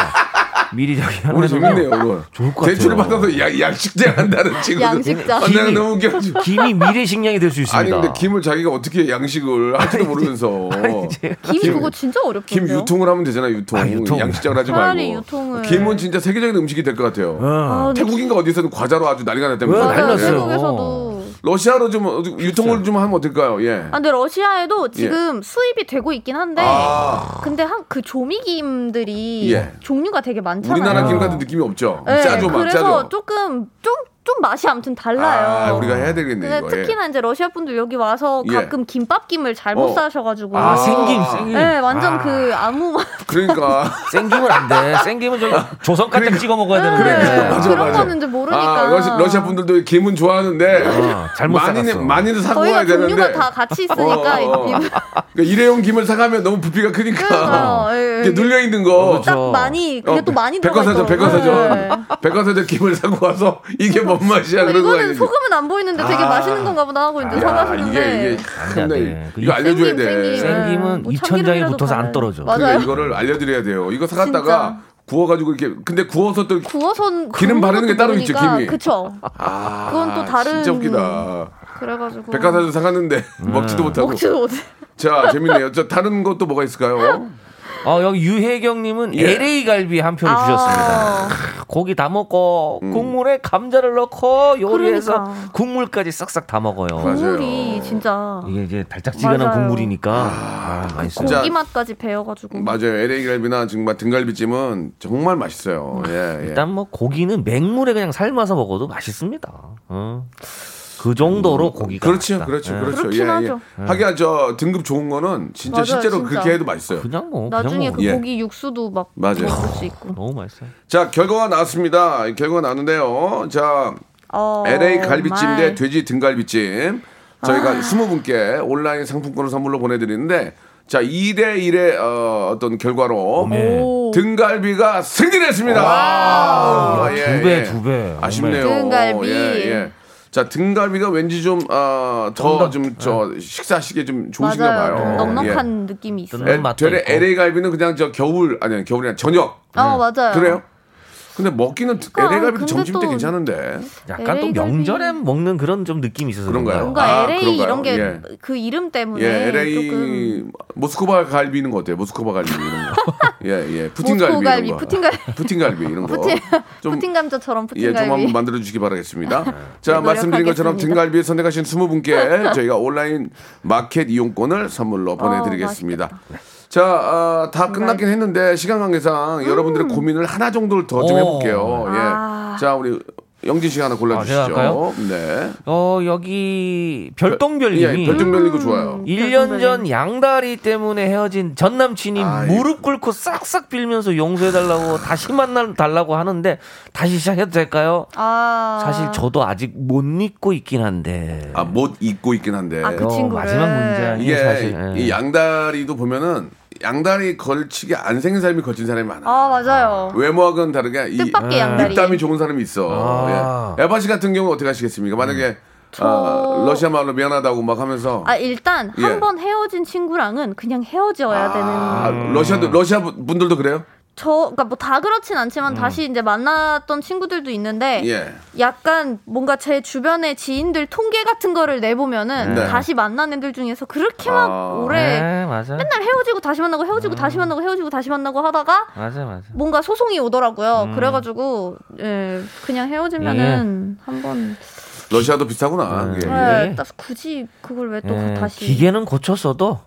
[SPEAKER 7] 미리 저기 하는
[SPEAKER 3] 오늘 재밌네요,
[SPEAKER 7] 거고.
[SPEAKER 3] 오늘.
[SPEAKER 7] 좋을 것 같아요.
[SPEAKER 3] 대출을 받아서 야, 양식장 한다는 친구들.
[SPEAKER 8] 양식장.
[SPEAKER 3] 아, 내가
[SPEAKER 7] 김이-
[SPEAKER 3] 너무 웃겨가지고.
[SPEAKER 7] 김이 미래식량이 될 수
[SPEAKER 3] 아니,
[SPEAKER 7] 있습니다.
[SPEAKER 3] 근데 김을 자기가 어떻게 양식을 할지도 모르면서.
[SPEAKER 8] 김 그거 진짜 어렵던데요.
[SPEAKER 3] 김 유통을 하면 되잖아, 유통.
[SPEAKER 7] 아, 유통.
[SPEAKER 3] 양식장을 하지 말고.
[SPEAKER 8] 차라리 유통을.
[SPEAKER 3] 김은 진짜 세계적인 음식이 될 것 같아요.
[SPEAKER 7] 어.
[SPEAKER 8] 아, 근데
[SPEAKER 3] 태국인가 어디서는 과자로 아주 난리가
[SPEAKER 7] 어,
[SPEAKER 3] 났다면서. 예.
[SPEAKER 7] 난리
[SPEAKER 8] 맞아요.
[SPEAKER 7] 났어요.
[SPEAKER 8] 태국에서도.
[SPEAKER 3] 러시아로 좀 어디- 유통을 좀 하면 어떨까요? 예.
[SPEAKER 8] 아, 근데 러시아에도 지금 수입이 되고 있긴 한데,
[SPEAKER 3] 아.
[SPEAKER 8] 근데 한 그 조미김들이
[SPEAKER 3] 예.
[SPEAKER 8] 종류가 되게 많잖아요.
[SPEAKER 3] 우리나라 김 같은 느낌이 없죠.
[SPEAKER 8] 네,
[SPEAKER 3] 짜조만
[SPEAKER 8] 그래서
[SPEAKER 3] 짜조.
[SPEAKER 8] 조금 좀, 좀 맛이 아무튼 달라요.
[SPEAKER 3] 아, 우리가 해야 되겠네
[SPEAKER 8] 근데
[SPEAKER 3] 이거. 예.
[SPEAKER 8] 특히나 이제 러시아 분들 여기 와서
[SPEAKER 3] 예.
[SPEAKER 8] 가끔 김밥김을 잘못
[SPEAKER 3] 어.
[SPEAKER 8] 싸셔가지고.
[SPEAKER 7] 아, 생김, 생김.
[SPEAKER 8] 네, 완전
[SPEAKER 7] 아,
[SPEAKER 8] 그 아무 맛.
[SPEAKER 3] 그러니까.
[SPEAKER 7] 생김은 안 돼. 생김은 저기 조선 까짝 찍어 먹어야 되는데.
[SPEAKER 3] 예, 그러니까.
[SPEAKER 7] 네.
[SPEAKER 3] 맞아,
[SPEAKER 8] 그런
[SPEAKER 3] 맞아.
[SPEAKER 8] 거는 이제 모르니까.
[SPEAKER 3] 아, 러시, 러시아 분들도 김은 좋아하는데
[SPEAKER 7] 어, 잘못
[SPEAKER 3] 많이는
[SPEAKER 7] 사갔어.
[SPEAKER 3] 많이는 사고
[SPEAKER 8] 저희가
[SPEAKER 3] 와야
[SPEAKER 8] 종류가
[SPEAKER 3] 되는데.
[SPEAKER 8] 다 같이 있으니까 이
[SPEAKER 3] 어, 어.
[SPEAKER 8] 김을
[SPEAKER 3] 그러니까 일회용 김을 사가면 너무 부피가 크니까
[SPEAKER 8] 그러니까요. 예,
[SPEAKER 3] 이게
[SPEAKER 8] 예.
[SPEAKER 3] 눌려 있는 거.
[SPEAKER 7] 그렇죠.
[SPEAKER 8] 딱 많이 근데
[SPEAKER 3] 어,
[SPEAKER 8] 또 많이
[SPEAKER 3] 백과사전 백과사전
[SPEAKER 8] 네.
[SPEAKER 3] 백과사전 김을 사고 와서 이게 뭔 맛이야 아, 그런 거
[SPEAKER 8] 아, 이거는
[SPEAKER 3] 아니지?
[SPEAKER 8] 소금은 안 보이는데 되게 맛있는 건가 보다 하고 이제
[SPEAKER 3] 야
[SPEAKER 8] 사가시는데
[SPEAKER 3] 이게 이게
[SPEAKER 7] 아, 안
[SPEAKER 3] 참나
[SPEAKER 7] 돼. 그
[SPEAKER 3] 이거 알려줘야
[SPEAKER 8] 생김, 생김.
[SPEAKER 3] 돼.
[SPEAKER 7] 생김은
[SPEAKER 8] 뭐
[SPEAKER 7] 2000 장이
[SPEAKER 8] 참기름이라도
[SPEAKER 7] 붙어서 안
[SPEAKER 8] 바르는.
[SPEAKER 7] 떨어져.
[SPEAKER 8] 맞아요.
[SPEAKER 3] 그러니까 이거를 알려드려야 돼요. 이거 사갔다가 구워가지고 이렇게 근데 구워서 또
[SPEAKER 8] 구워서
[SPEAKER 3] 기름 바르는 게 따로 있죠, 김이.
[SPEAKER 8] 그쵸
[SPEAKER 3] 아,
[SPEAKER 8] 그건 또 다른-
[SPEAKER 3] 진짜 웃기다.
[SPEAKER 8] 그래가지고
[SPEAKER 3] 백화사전 사갔는데
[SPEAKER 7] 음.
[SPEAKER 3] 먹지도 못하고.
[SPEAKER 8] 먹지도 못해
[SPEAKER 3] 자 재밌네요. 저 다른 것도 뭐가 있을까요?
[SPEAKER 7] 어, 여기 유혜경님은
[SPEAKER 3] 예.
[SPEAKER 7] LA 갈비 한 표를 아, 주셨습니다.
[SPEAKER 8] 아.
[SPEAKER 7] 고기 다 먹고
[SPEAKER 3] 음.
[SPEAKER 7] 국물에 감자를 넣고 요리해서
[SPEAKER 8] 그러니까.
[SPEAKER 7] 국물까지 싹싹 다 먹어요.
[SPEAKER 8] 국물이 진짜
[SPEAKER 7] 이게 이제 달짝지근한
[SPEAKER 8] 맞아요.
[SPEAKER 7] 국물이니까 아,
[SPEAKER 3] 그
[SPEAKER 7] 맛있어요.
[SPEAKER 3] 진짜-
[SPEAKER 8] 고기 맛까지 배어가지고
[SPEAKER 3] 맞아요. LA 갈비나 정말 등갈비찜은 정말 맛있어요. 예, 예.
[SPEAKER 7] 일단 뭐 고기는 맹물에 그냥 삶아서 먹어도 맛있습니다. 어. 그 정도로 고기가
[SPEAKER 3] 그렇죠,
[SPEAKER 7] 맛있다.
[SPEAKER 3] 그렇죠,
[SPEAKER 7] 예.
[SPEAKER 3] 그렇죠.
[SPEAKER 8] 그렇긴 하죠.
[SPEAKER 3] 하긴 저 등급 좋은 거는 진짜
[SPEAKER 8] 맞아요,
[SPEAKER 3] 실제로
[SPEAKER 8] 진짜.
[SPEAKER 3] 그렇게 해도 맛있어요.
[SPEAKER 7] 그냥 뭐
[SPEAKER 8] 나중에
[SPEAKER 7] 그냥
[SPEAKER 8] 그
[SPEAKER 7] 뭐
[SPEAKER 3] 예.
[SPEAKER 8] 고기 육수도 막
[SPEAKER 3] 맞아요.
[SPEAKER 8] 먹을 수 있고
[SPEAKER 7] 너무 맛있어요.
[SPEAKER 3] 자 결과가 나왔습니다. 결과가 나왔는데요. 자
[SPEAKER 8] 어,
[SPEAKER 3] LA 갈비찜 대
[SPEAKER 8] 정말. 아.
[SPEAKER 3] 돼지 등갈비찜. 저희가 스무 분께 온라인 상품권을 선물로 보내드리는데 자 2대 1의 어, 어떤 결과로
[SPEAKER 7] 네.
[SPEAKER 3] 등갈비가 승리를 했습니다. 아, 예,
[SPEAKER 7] 두 배,
[SPEAKER 3] 예.
[SPEAKER 7] 두 배.
[SPEAKER 3] 아쉽네요.
[SPEAKER 8] 등갈비.
[SPEAKER 3] 예, 예. 자 등갈비가 왠지 아, 좀더좀저
[SPEAKER 7] 예.
[SPEAKER 3] 식사식에 좀 좋으신가
[SPEAKER 8] 맞아요
[SPEAKER 3] 봐요.
[SPEAKER 8] 넉넉한 느낌이 있어요
[SPEAKER 3] 예.
[SPEAKER 7] 그런 맛도
[SPEAKER 3] 되레
[SPEAKER 7] 있고.
[SPEAKER 3] LA 갈비는 그냥 저 겨울 아니 겨울이 아니라 저녁
[SPEAKER 7] 음.
[SPEAKER 8] 아 맞아요 그러니까
[SPEAKER 3] 그래요? 근데 먹기는 LA 갈비
[SPEAKER 8] 근데
[SPEAKER 3] 점심 때
[SPEAKER 8] 또
[SPEAKER 3] 괜찮은데.
[SPEAKER 7] 약간 또
[SPEAKER 8] LA 갈비.
[SPEAKER 7] 명절에 먹는 그런 좀 느낌이 있어서
[SPEAKER 3] 그런가요?
[SPEAKER 7] 그런가요?
[SPEAKER 8] 네, 뭔가
[SPEAKER 3] 아,
[SPEAKER 8] LA
[SPEAKER 3] 그런가요?
[SPEAKER 8] 이런 게
[SPEAKER 3] 예.
[SPEAKER 8] 그 이름 때문에
[SPEAKER 3] 예, LA
[SPEAKER 8] 조금
[SPEAKER 3] 모스크바 갈비 이런 거 어때요? 모스크바 갈비 이런 거. 예, 예. 푸틴 갈비
[SPEAKER 8] 모스코
[SPEAKER 3] 이런
[SPEAKER 8] 갈비,
[SPEAKER 3] 거.
[SPEAKER 8] 푸틴 갈비,
[SPEAKER 3] 푸틴 갈비 이런 거.
[SPEAKER 8] 푸틴,
[SPEAKER 3] 뭐 좀
[SPEAKER 8] 푸틴 감자처럼 푸틴
[SPEAKER 3] 예, 좀
[SPEAKER 8] 갈비.
[SPEAKER 3] 한번 만들어 주시기 바라겠습니다. 자, 말씀드린 것처럼 등갈비 선택하신 20분께 저희가 온라인 마켓 이용권을 선물로 보내드리겠습니다. 음. 자, 아, 다 끝났긴 했는데 시간 관계상 여러분들의 고민을 하나 정도를 더 좀
[SPEAKER 7] 오.
[SPEAKER 3] 해볼게요. 예.
[SPEAKER 8] 아.
[SPEAKER 3] 자, 우리 영진 씨 하나
[SPEAKER 7] 아,
[SPEAKER 3] 골라주시죠.
[SPEAKER 7] 제가 할까요? 음.
[SPEAKER 3] 네.
[SPEAKER 7] 어 여기 별똥별님이
[SPEAKER 3] 예, 별똥별 이거 좋아요.
[SPEAKER 7] 1년 전 양다리 때문에 헤어진 전 남친이
[SPEAKER 3] 아이고. 예.
[SPEAKER 7] 무릎 꿇고 싹싹 빌면서 용서해달라고 다시 만나달라고 하는데 다시 시작해도 될까요?
[SPEAKER 8] 아
[SPEAKER 7] 사실 저도 아직 못 잊고 있긴 한데
[SPEAKER 3] 아, 못 잊고 있긴 한데.
[SPEAKER 8] 아, 그
[SPEAKER 7] 어,
[SPEAKER 8] 친구를.
[SPEAKER 7] 마지막 문제 이게
[SPEAKER 3] 이게
[SPEAKER 7] 사실
[SPEAKER 3] 이
[SPEAKER 7] 예.
[SPEAKER 3] 양다리도 보면은 양다리 걸치기 안 생긴 사람이 걸친 사람이 많아.
[SPEAKER 8] 아 맞아요.
[SPEAKER 3] 어. 외모하고는 다르게 이 아.
[SPEAKER 8] 뜻밖의 양다리.
[SPEAKER 3] 입담이 좋은 사람이 있어.
[SPEAKER 7] 아.
[SPEAKER 3] 예. 에바 씨 같은 경우 는 어떻게 하시겠습니까? 만약에 아, 러시아 말로 미안하다고 막 하면서
[SPEAKER 8] 아 일단
[SPEAKER 3] 예.
[SPEAKER 8] 한 번 헤어진 친구랑은 그냥 헤어져야
[SPEAKER 3] 아,
[SPEAKER 8] 되는.
[SPEAKER 3] 러시아도
[SPEAKER 7] 음.
[SPEAKER 3] 러시아 분- 분들도 그래요?
[SPEAKER 8] 저 그러니까 뭐 다 그렇진 않지만 다시 이제 만났던 친구들도 있는데
[SPEAKER 3] 예.
[SPEAKER 8] 약간 뭔가 제 주변의 지인들 통계 같은 거를 내보면은
[SPEAKER 3] 네.
[SPEAKER 8] 다시 만난 애들 중에서 그렇게 막
[SPEAKER 3] 아.
[SPEAKER 8] 오래
[SPEAKER 7] 예, 맞아
[SPEAKER 8] 맨날 헤어지고 다시 만나고 헤어지고 다시 만나고 헤어지고 다시 만나고 하다가
[SPEAKER 7] 맞아 맞아
[SPEAKER 8] 뭔가 소송이 오더라고요. 그래가지고 예, 그냥 헤어지면은 한번
[SPEAKER 3] 러시아도 비슷하구나. 예.
[SPEAKER 8] 예,
[SPEAKER 7] 예.
[SPEAKER 8] 딱 굳이 그걸 왜 또
[SPEAKER 7] 예,
[SPEAKER 8] 다시
[SPEAKER 7] 기계는 고쳤어도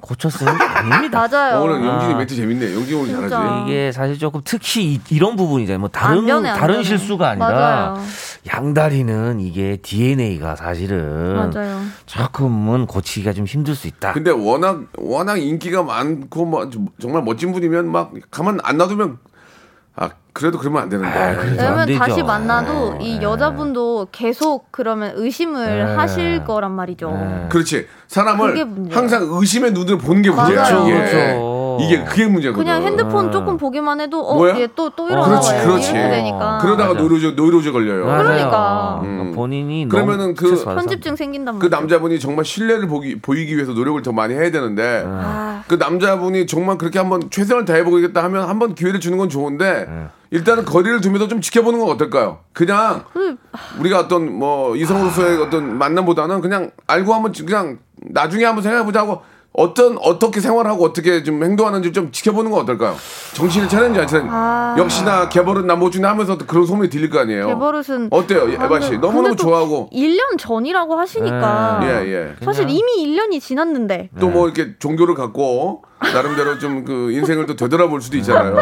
[SPEAKER 7] 고쳤으는 게 아닙니다.
[SPEAKER 8] 맞아요.
[SPEAKER 3] 오늘 영진이
[SPEAKER 7] 아.
[SPEAKER 3] 멘트 재밌네. 영진 오늘
[SPEAKER 8] 진짜.
[SPEAKER 3] 잘하지.
[SPEAKER 7] 이게 사실 조금 특히 이, 런 부분이잖아요. 뭐 다른
[SPEAKER 8] 아. 안 변해, 안
[SPEAKER 7] 다른
[SPEAKER 8] 변해.
[SPEAKER 7] 실수가 아니라
[SPEAKER 8] 맞아요.
[SPEAKER 7] 양다리는 이게 DNA가 사실은
[SPEAKER 8] 맞아요.
[SPEAKER 7] 조금은 고치기가 좀 힘들 수 있다.
[SPEAKER 3] 근데 워낙 워낙 인기가 많고 뭐 좀- 정말 멋진 분이면 막 가만 안 놔두면 아 그래도 그러면 안 되는데.
[SPEAKER 7] 아, 그래도 안
[SPEAKER 8] 왜냐면
[SPEAKER 7] 되죠.
[SPEAKER 8] 다시 만나도
[SPEAKER 7] 예.
[SPEAKER 8] 이 여자분도 계속 그러면 의심을
[SPEAKER 7] 예.
[SPEAKER 8] 하실 거란 말이죠.
[SPEAKER 7] 예.
[SPEAKER 3] 그렇지.
[SPEAKER 8] 그게
[SPEAKER 3] 사람을
[SPEAKER 8] 문제야.
[SPEAKER 3] 항상 의심의 눈으로 보는 게 문제야.
[SPEAKER 8] 맞아요.
[SPEAKER 3] 이게.
[SPEAKER 7] 그렇죠.
[SPEAKER 3] 이게 그게 문제거든.
[SPEAKER 8] 그냥
[SPEAKER 7] 아.
[SPEAKER 8] 핸드폰 조금 보기만 해도 어,
[SPEAKER 3] 뭐야?
[SPEAKER 8] 얘 또 또
[SPEAKER 3] 어,
[SPEAKER 8] 일어나
[SPEAKER 3] 그렇지,
[SPEAKER 8] 와,
[SPEAKER 3] 그렇지.
[SPEAKER 8] 이렇게
[SPEAKER 7] 어.
[SPEAKER 8] 되니까.
[SPEAKER 3] 그러다가 노이로제 노이로제 걸려요.
[SPEAKER 8] 맞아요. 아. 그러니까.
[SPEAKER 7] 음. 본인이
[SPEAKER 3] 음. 그러면은 그
[SPEAKER 8] 편집증 생긴단
[SPEAKER 3] 그
[SPEAKER 8] 말이야.
[SPEAKER 3] 남자분이 정말 신뢰를 보기, 보이기 위해서 노력을 더 많이 해야 되는데
[SPEAKER 8] 아.
[SPEAKER 3] 그 남자분이 정말 그렇게 한번 최선을 다해보겠다 하면 한번 기회를 주는 건 좋은데
[SPEAKER 8] 네.
[SPEAKER 3] 일단은 거리를 두면서 좀 지켜보는 건 어떨까요? 그냥 우리가 어떤 뭐
[SPEAKER 8] 아.
[SPEAKER 3] 이성으로서의 어떤 만남보다는 그냥 알고 한번 지- 그냥 나중에 한번 생각해보자고 어떤 어떻게 생활하고 어떻게 좀 행동하는지 좀 지켜보는 건 어떨까요? 정신을 차리는지 안 차리는지
[SPEAKER 8] 아.
[SPEAKER 3] 역시나 개벌은 남보주나 하면서 그런 소문이 들릴 거 아니에요.
[SPEAKER 8] 개버릇은
[SPEAKER 3] 어때요,
[SPEAKER 8] 아,
[SPEAKER 3] 에바 씨?
[SPEAKER 8] 근데-
[SPEAKER 3] 너무너무
[SPEAKER 8] 근데 또 아.
[SPEAKER 3] 좋아하고.
[SPEAKER 8] 1년 전이라고 하시니까
[SPEAKER 3] 예, 예.
[SPEAKER 8] 사실 이미 1년이 지났는데
[SPEAKER 3] 또 뭐 이렇게 종교를 갖고 나름대로 좀 그 인생을 또 되돌아볼 수도 있잖아요.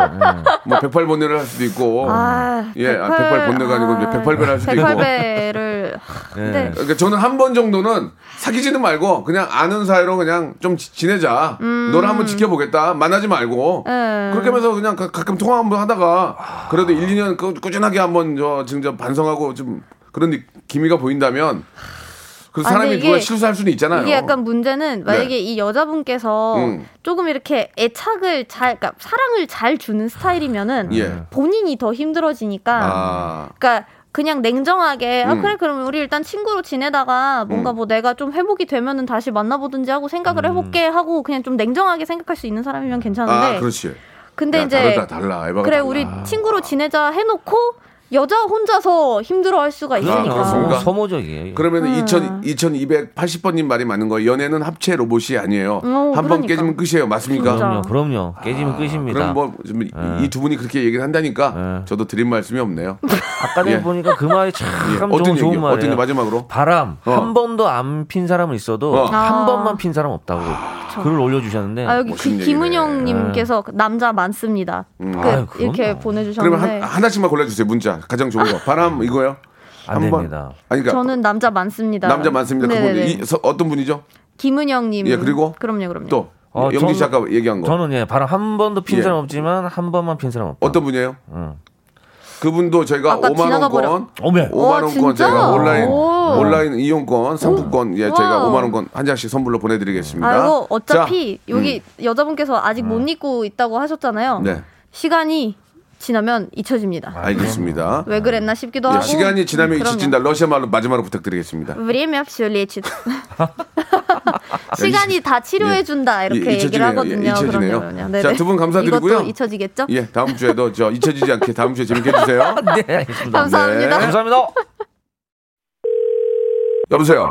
[SPEAKER 3] 뭐 108번뇌를 할 수도 있고.
[SPEAKER 8] 아,
[SPEAKER 3] 예, 108, 번뇌가 아니고 이제 108배를 할 수도 있고.
[SPEAKER 8] 108배를
[SPEAKER 7] 예.
[SPEAKER 8] 근데
[SPEAKER 3] 그러니까 저는 한 번 정도는 사귀지는 말고 그냥 아는 사이로 그냥 좀 지- 지내자. 너를 한번 지켜보겠다. 만나지 말고.
[SPEAKER 8] 음. 예.
[SPEAKER 3] 그렇게 하면서 그냥 가, 끔 통화 한번 하다가 그래도 1, 2년 꾸, 꾸준하게 한번 저 지금 저 반성하고 좀 그런 느- 기미가 보인다면 그
[SPEAKER 8] 아, 근데
[SPEAKER 3] 사람이
[SPEAKER 8] 이게-
[SPEAKER 3] 누가 실수할 수는 있잖아요.
[SPEAKER 8] 이게 약간 문제는 만약에
[SPEAKER 3] 네.
[SPEAKER 8] 이 여자분께서
[SPEAKER 3] 음.
[SPEAKER 8] 조금 이렇게 애착을 잘, 그러니까 사랑을 잘 주는 스타일이면은
[SPEAKER 3] 예.
[SPEAKER 8] 본인이 더 힘들어지니까,
[SPEAKER 3] 아.
[SPEAKER 8] 그러니까 그냥 냉정하게 아
[SPEAKER 3] 음.
[SPEAKER 8] 그래 그럼 우리 일단 친구로 지내다가 뭔가
[SPEAKER 3] 음.
[SPEAKER 8] 뭐 내가 좀 회복이 되면은 다시 만나보든지 하고 생각을 해볼게 하고 그냥 좀 냉정하게 생각할 수 있는 사람이면 괜찮은데,
[SPEAKER 3] 아, 그렇지.
[SPEAKER 8] 근데
[SPEAKER 3] 야,
[SPEAKER 8] 이제
[SPEAKER 3] 다르다, 달라. 에바가
[SPEAKER 8] 그래
[SPEAKER 3] 달라.
[SPEAKER 8] 우리 친구로 지내자 해놓고 여자 혼자서 힘들어할 수가 있으니까.
[SPEAKER 3] 아, 그러니까 그렇습니까?
[SPEAKER 7] 소모적이에요.
[SPEAKER 3] 그러면
[SPEAKER 8] 음.
[SPEAKER 3] 2000, 2280번님 말이 맞는 거예요. 연애는 합체의 로봇이 아니에요.
[SPEAKER 8] 어,
[SPEAKER 3] 한 번
[SPEAKER 8] 그러니까.
[SPEAKER 3] 깨지면 끝이에요. 맞습니까?
[SPEAKER 8] 진짜.
[SPEAKER 7] 그럼요, 그럼요. 깨지면 끝입니다.
[SPEAKER 3] 아,
[SPEAKER 7] 예.
[SPEAKER 3] 그럼 뭐이 두 분이 그렇게 얘기를 한다니까 저도 드린 말씀이 없네요.
[SPEAKER 7] 아까 전에
[SPEAKER 3] 예.
[SPEAKER 7] 보니까 그 말이 참
[SPEAKER 3] 예.
[SPEAKER 7] 좋은,
[SPEAKER 3] 어떤
[SPEAKER 7] 좋은
[SPEAKER 3] 얘기요?
[SPEAKER 7] 말이에요.
[SPEAKER 3] 어떤 얘기 마지막으로?
[SPEAKER 7] 바람
[SPEAKER 3] 어.
[SPEAKER 7] 한 번도 안 핀 사람은 있어도
[SPEAKER 3] 어. 아,
[SPEAKER 7] 한
[SPEAKER 8] 아.
[SPEAKER 7] 번만 핀 사람 은 없다고 글을 올려주셨는데
[SPEAKER 8] 아 여기
[SPEAKER 3] 멋있는
[SPEAKER 8] 기,
[SPEAKER 3] 얘기네.
[SPEAKER 8] 김은영님께서 남자 많습니다.
[SPEAKER 3] 음.
[SPEAKER 8] 그,
[SPEAKER 7] 아유, 그건
[SPEAKER 8] 이렇게
[SPEAKER 7] 뭐.
[SPEAKER 3] 그러면
[SPEAKER 8] 보내주셨는데
[SPEAKER 3] 한, 아, 하나씩만 골라주세요. 문자 가장 좋은 거. 바람 이거요.
[SPEAKER 7] 안
[SPEAKER 3] 한 번.
[SPEAKER 7] 됩니다.
[SPEAKER 3] 아니 그러니까
[SPEAKER 8] 저는 남자 많습니다.
[SPEAKER 3] 남자 많습니다. 그분
[SPEAKER 8] 네네네.
[SPEAKER 3] 이, 서, 어떤 분이죠?
[SPEAKER 8] 김은영님.
[SPEAKER 3] 예, 그리고?
[SPEAKER 8] 그럼요 그럼요.
[SPEAKER 3] 또
[SPEAKER 7] 어,
[SPEAKER 3] 영진 씨
[SPEAKER 7] 저는-
[SPEAKER 3] 아까 얘기한 거.
[SPEAKER 7] 저는 예 바람 한 번도 핀
[SPEAKER 3] 뭐. 예.
[SPEAKER 7] 사람 없지만 한 번만 핀 사람 없다.
[SPEAKER 3] 어떤 분이에요?
[SPEAKER 7] 음.
[SPEAKER 3] 그분도 저희가
[SPEAKER 8] 아까
[SPEAKER 3] 5만
[SPEAKER 8] 지나가
[SPEAKER 3] 원권,
[SPEAKER 8] 버려.
[SPEAKER 7] 어메.
[SPEAKER 3] 5만
[SPEAKER 8] 와,
[SPEAKER 3] 원권
[SPEAKER 8] 진짜?
[SPEAKER 3] 저희가 온라인
[SPEAKER 8] 오.
[SPEAKER 3] 온라인 이용권, 상품권 예 저희가
[SPEAKER 8] 와우.
[SPEAKER 3] 5만 원권 한 장씩 선물로 보내드리겠습니다.
[SPEAKER 8] 아이고 어차피
[SPEAKER 3] 자,
[SPEAKER 8] 여기 여자분께서 아직 못 입고 있다고 하셨잖아요.
[SPEAKER 3] 음, 네
[SPEAKER 8] 시간이 지나면 잊혀집니다.
[SPEAKER 3] 알겠습니다.
[SPEAKER 8] 왜 그랬나 싶기도
[SPEAKER 3] 예,
[SPEAKER 8] 하고.
[SPEAKER 3] 시간이 지나면
[SPEAKER 8] 음, 그럼요.
[SPEAKER 3] 잊혀진다. 러시아 말로 마지막으로 부탁드리겠습니다.
[SPEAKER 8] Время всё лечит. 아, 시간이 다 치료해 준다
[SPEAKER 3] 예,
[SPEAKER 8] 이렇게 얘기를
[SPEAKER 3] 잊혀지네요.
[SPEAKER 8] 하거든요.
[SPEAKER 3] 예, 잊혀지네요.
[SPEAKER 8] 그럼요,
[SPEAKER 3] 자,
[SPEAKER 8] 네네.
[SPEAKER 3] 두분 감사드리고요.
[SPEAKER 8] 이것도 잊혀지겠죠?
[SPEAKER 3] 예, 다음 주에도 저 잊혀지지 않게 다음 주에 재밌게 해주세요.
[SPEAKER 7] 네 알겠습니다.
[SPEAKER 8] 감사합니다.
[SPEAKER 3] 네.
[SPEAKER 7] 감사합니다.
[SPEAKER 3] 여보세요.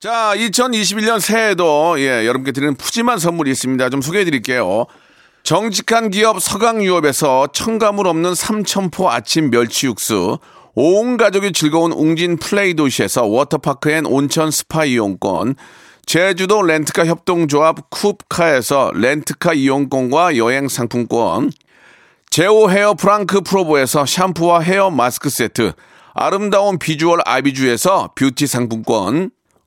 [SPEAKER 3] 자, 2021년 새해에도 예, 여러분께 드리는 푸짐한 선물이 있습니다. 좀 소개해 드릴게요. 정직한 기업 서강유업에서 첨가물 없는 삼천포 아침 멸치 육수, 온 가족이 즐거운 웅진 플레이 도시에서 워터파크 앤 온천 스파 이용권, 제주도 렌트카 협동조합 쿱카에서 렌트카 이용권과 여행 상품권, 제오 헤어 프랑크 프로보에서 샴푸와 헤어 마스크 세트, 아름다운 비주얼 아비주에서 뷰티 상품권,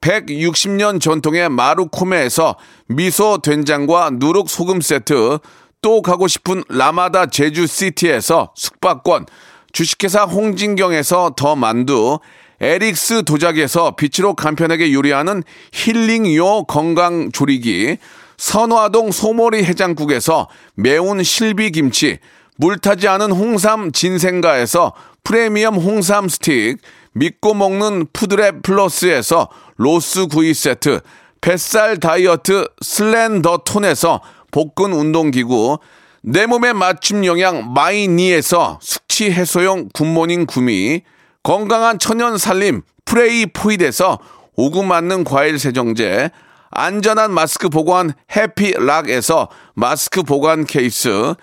[SPEAKER 3] 160년 전통의 마루코메에서 미소 된장과 누룩 소금 세트, 또 가고 싶은 라마다 제주시티에서 숙박권, 주식회사 홍진경에서 더 만두, 에릭스 도자기에서 빛으로 간편하게 요리하는 힐링요 건강조리기, 선화동 소머리 해장국에서 매운 실비김치, 물타지 않은 홍삼 진생가에서 프리미엄 홍삼 스틱, 믿고 먹는 푸드랩 플러스에서 로스 구이 세트, 뱃살 다이어트 슬렌더 톤에서 복근 운동기구, 내 몸에 맞춤 영양 마이니에서 숙취 해소용 굿모닝 구미, 건강한 천연 살림 프레이 포이드에서 오구 맞는 과일 세정제, 안전한 마스크 보관 해피락에서 마스크 보관 케이스,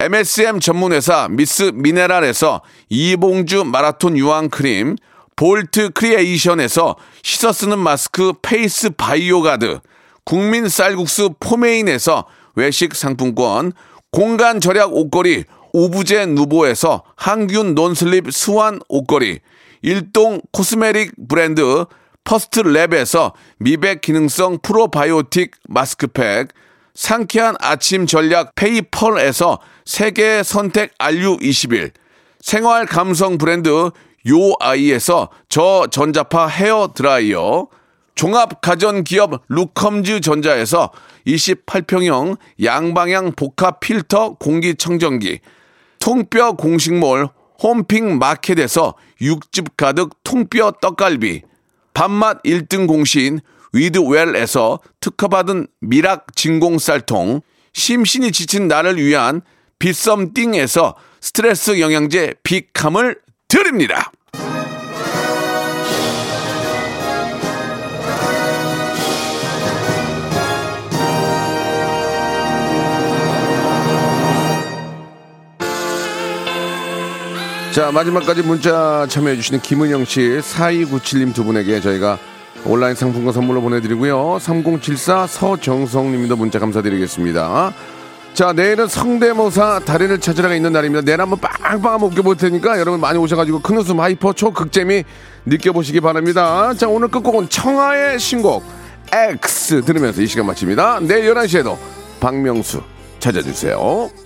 [SPEAKER 3] MSM 전문회사 미스 미네랄에서 이봉주 마라톤 유황 크림, 볼트 크리에이션에서 씻어 쓰는 마스크 페이스 바이오 가드, 국민 쌀국수 포메인에서 외식 상품권, 공간 절약 옷걸이 오브제 누보에서 항균 논슬립 수완 옷걸이, 일동 코스메릭 브랜드 퍼스트랩에서 미백 기능성 프로바이오틱 마스크팩, 상쾌한 아침 전략 페이펄에서 세계 선택 알류 20일, 생활 감성 브랜드 요아이에서 저전자파 헤어 드라이어, 종합 가전 기업 루컴즈 전자에서 28평형 양방향 복합 필터 공기 청정기, 통뼈 공식몰 홈핑 마켓에서 육즙 가득 통뼈 떡갈비, 밥맛 1등 공신 위드웰에서 특허받은 미락 진공 쌀통, 심신이 지친 나를 위한 빗썸띵에서 스트레스 영양제 비캄을 드립니다.
[SPEAKER 10] 자, 마지막까지 문자 참여해주시는 김은영 씨, 4297님 두 분에게 저희가 온라인 상품권 선물로 보내드리고요. 3074 서정성 님도 문자 감사드리겠습니다. 자, 내일은 성대모사 달인을 찾으러가 있는 날입니다. 내일 한번 빵빵 한번 웃겨볼 테니까 여러분 많이 오셔가지고 큰 웃음 하이퍼 초극재미 느껴보시기 바랍니다. 자, 오늘 끝곡은 청하의 신곡 X 들으면서 이 시간 마칩니다. 내일 11시에도 박명수 찾아주세요.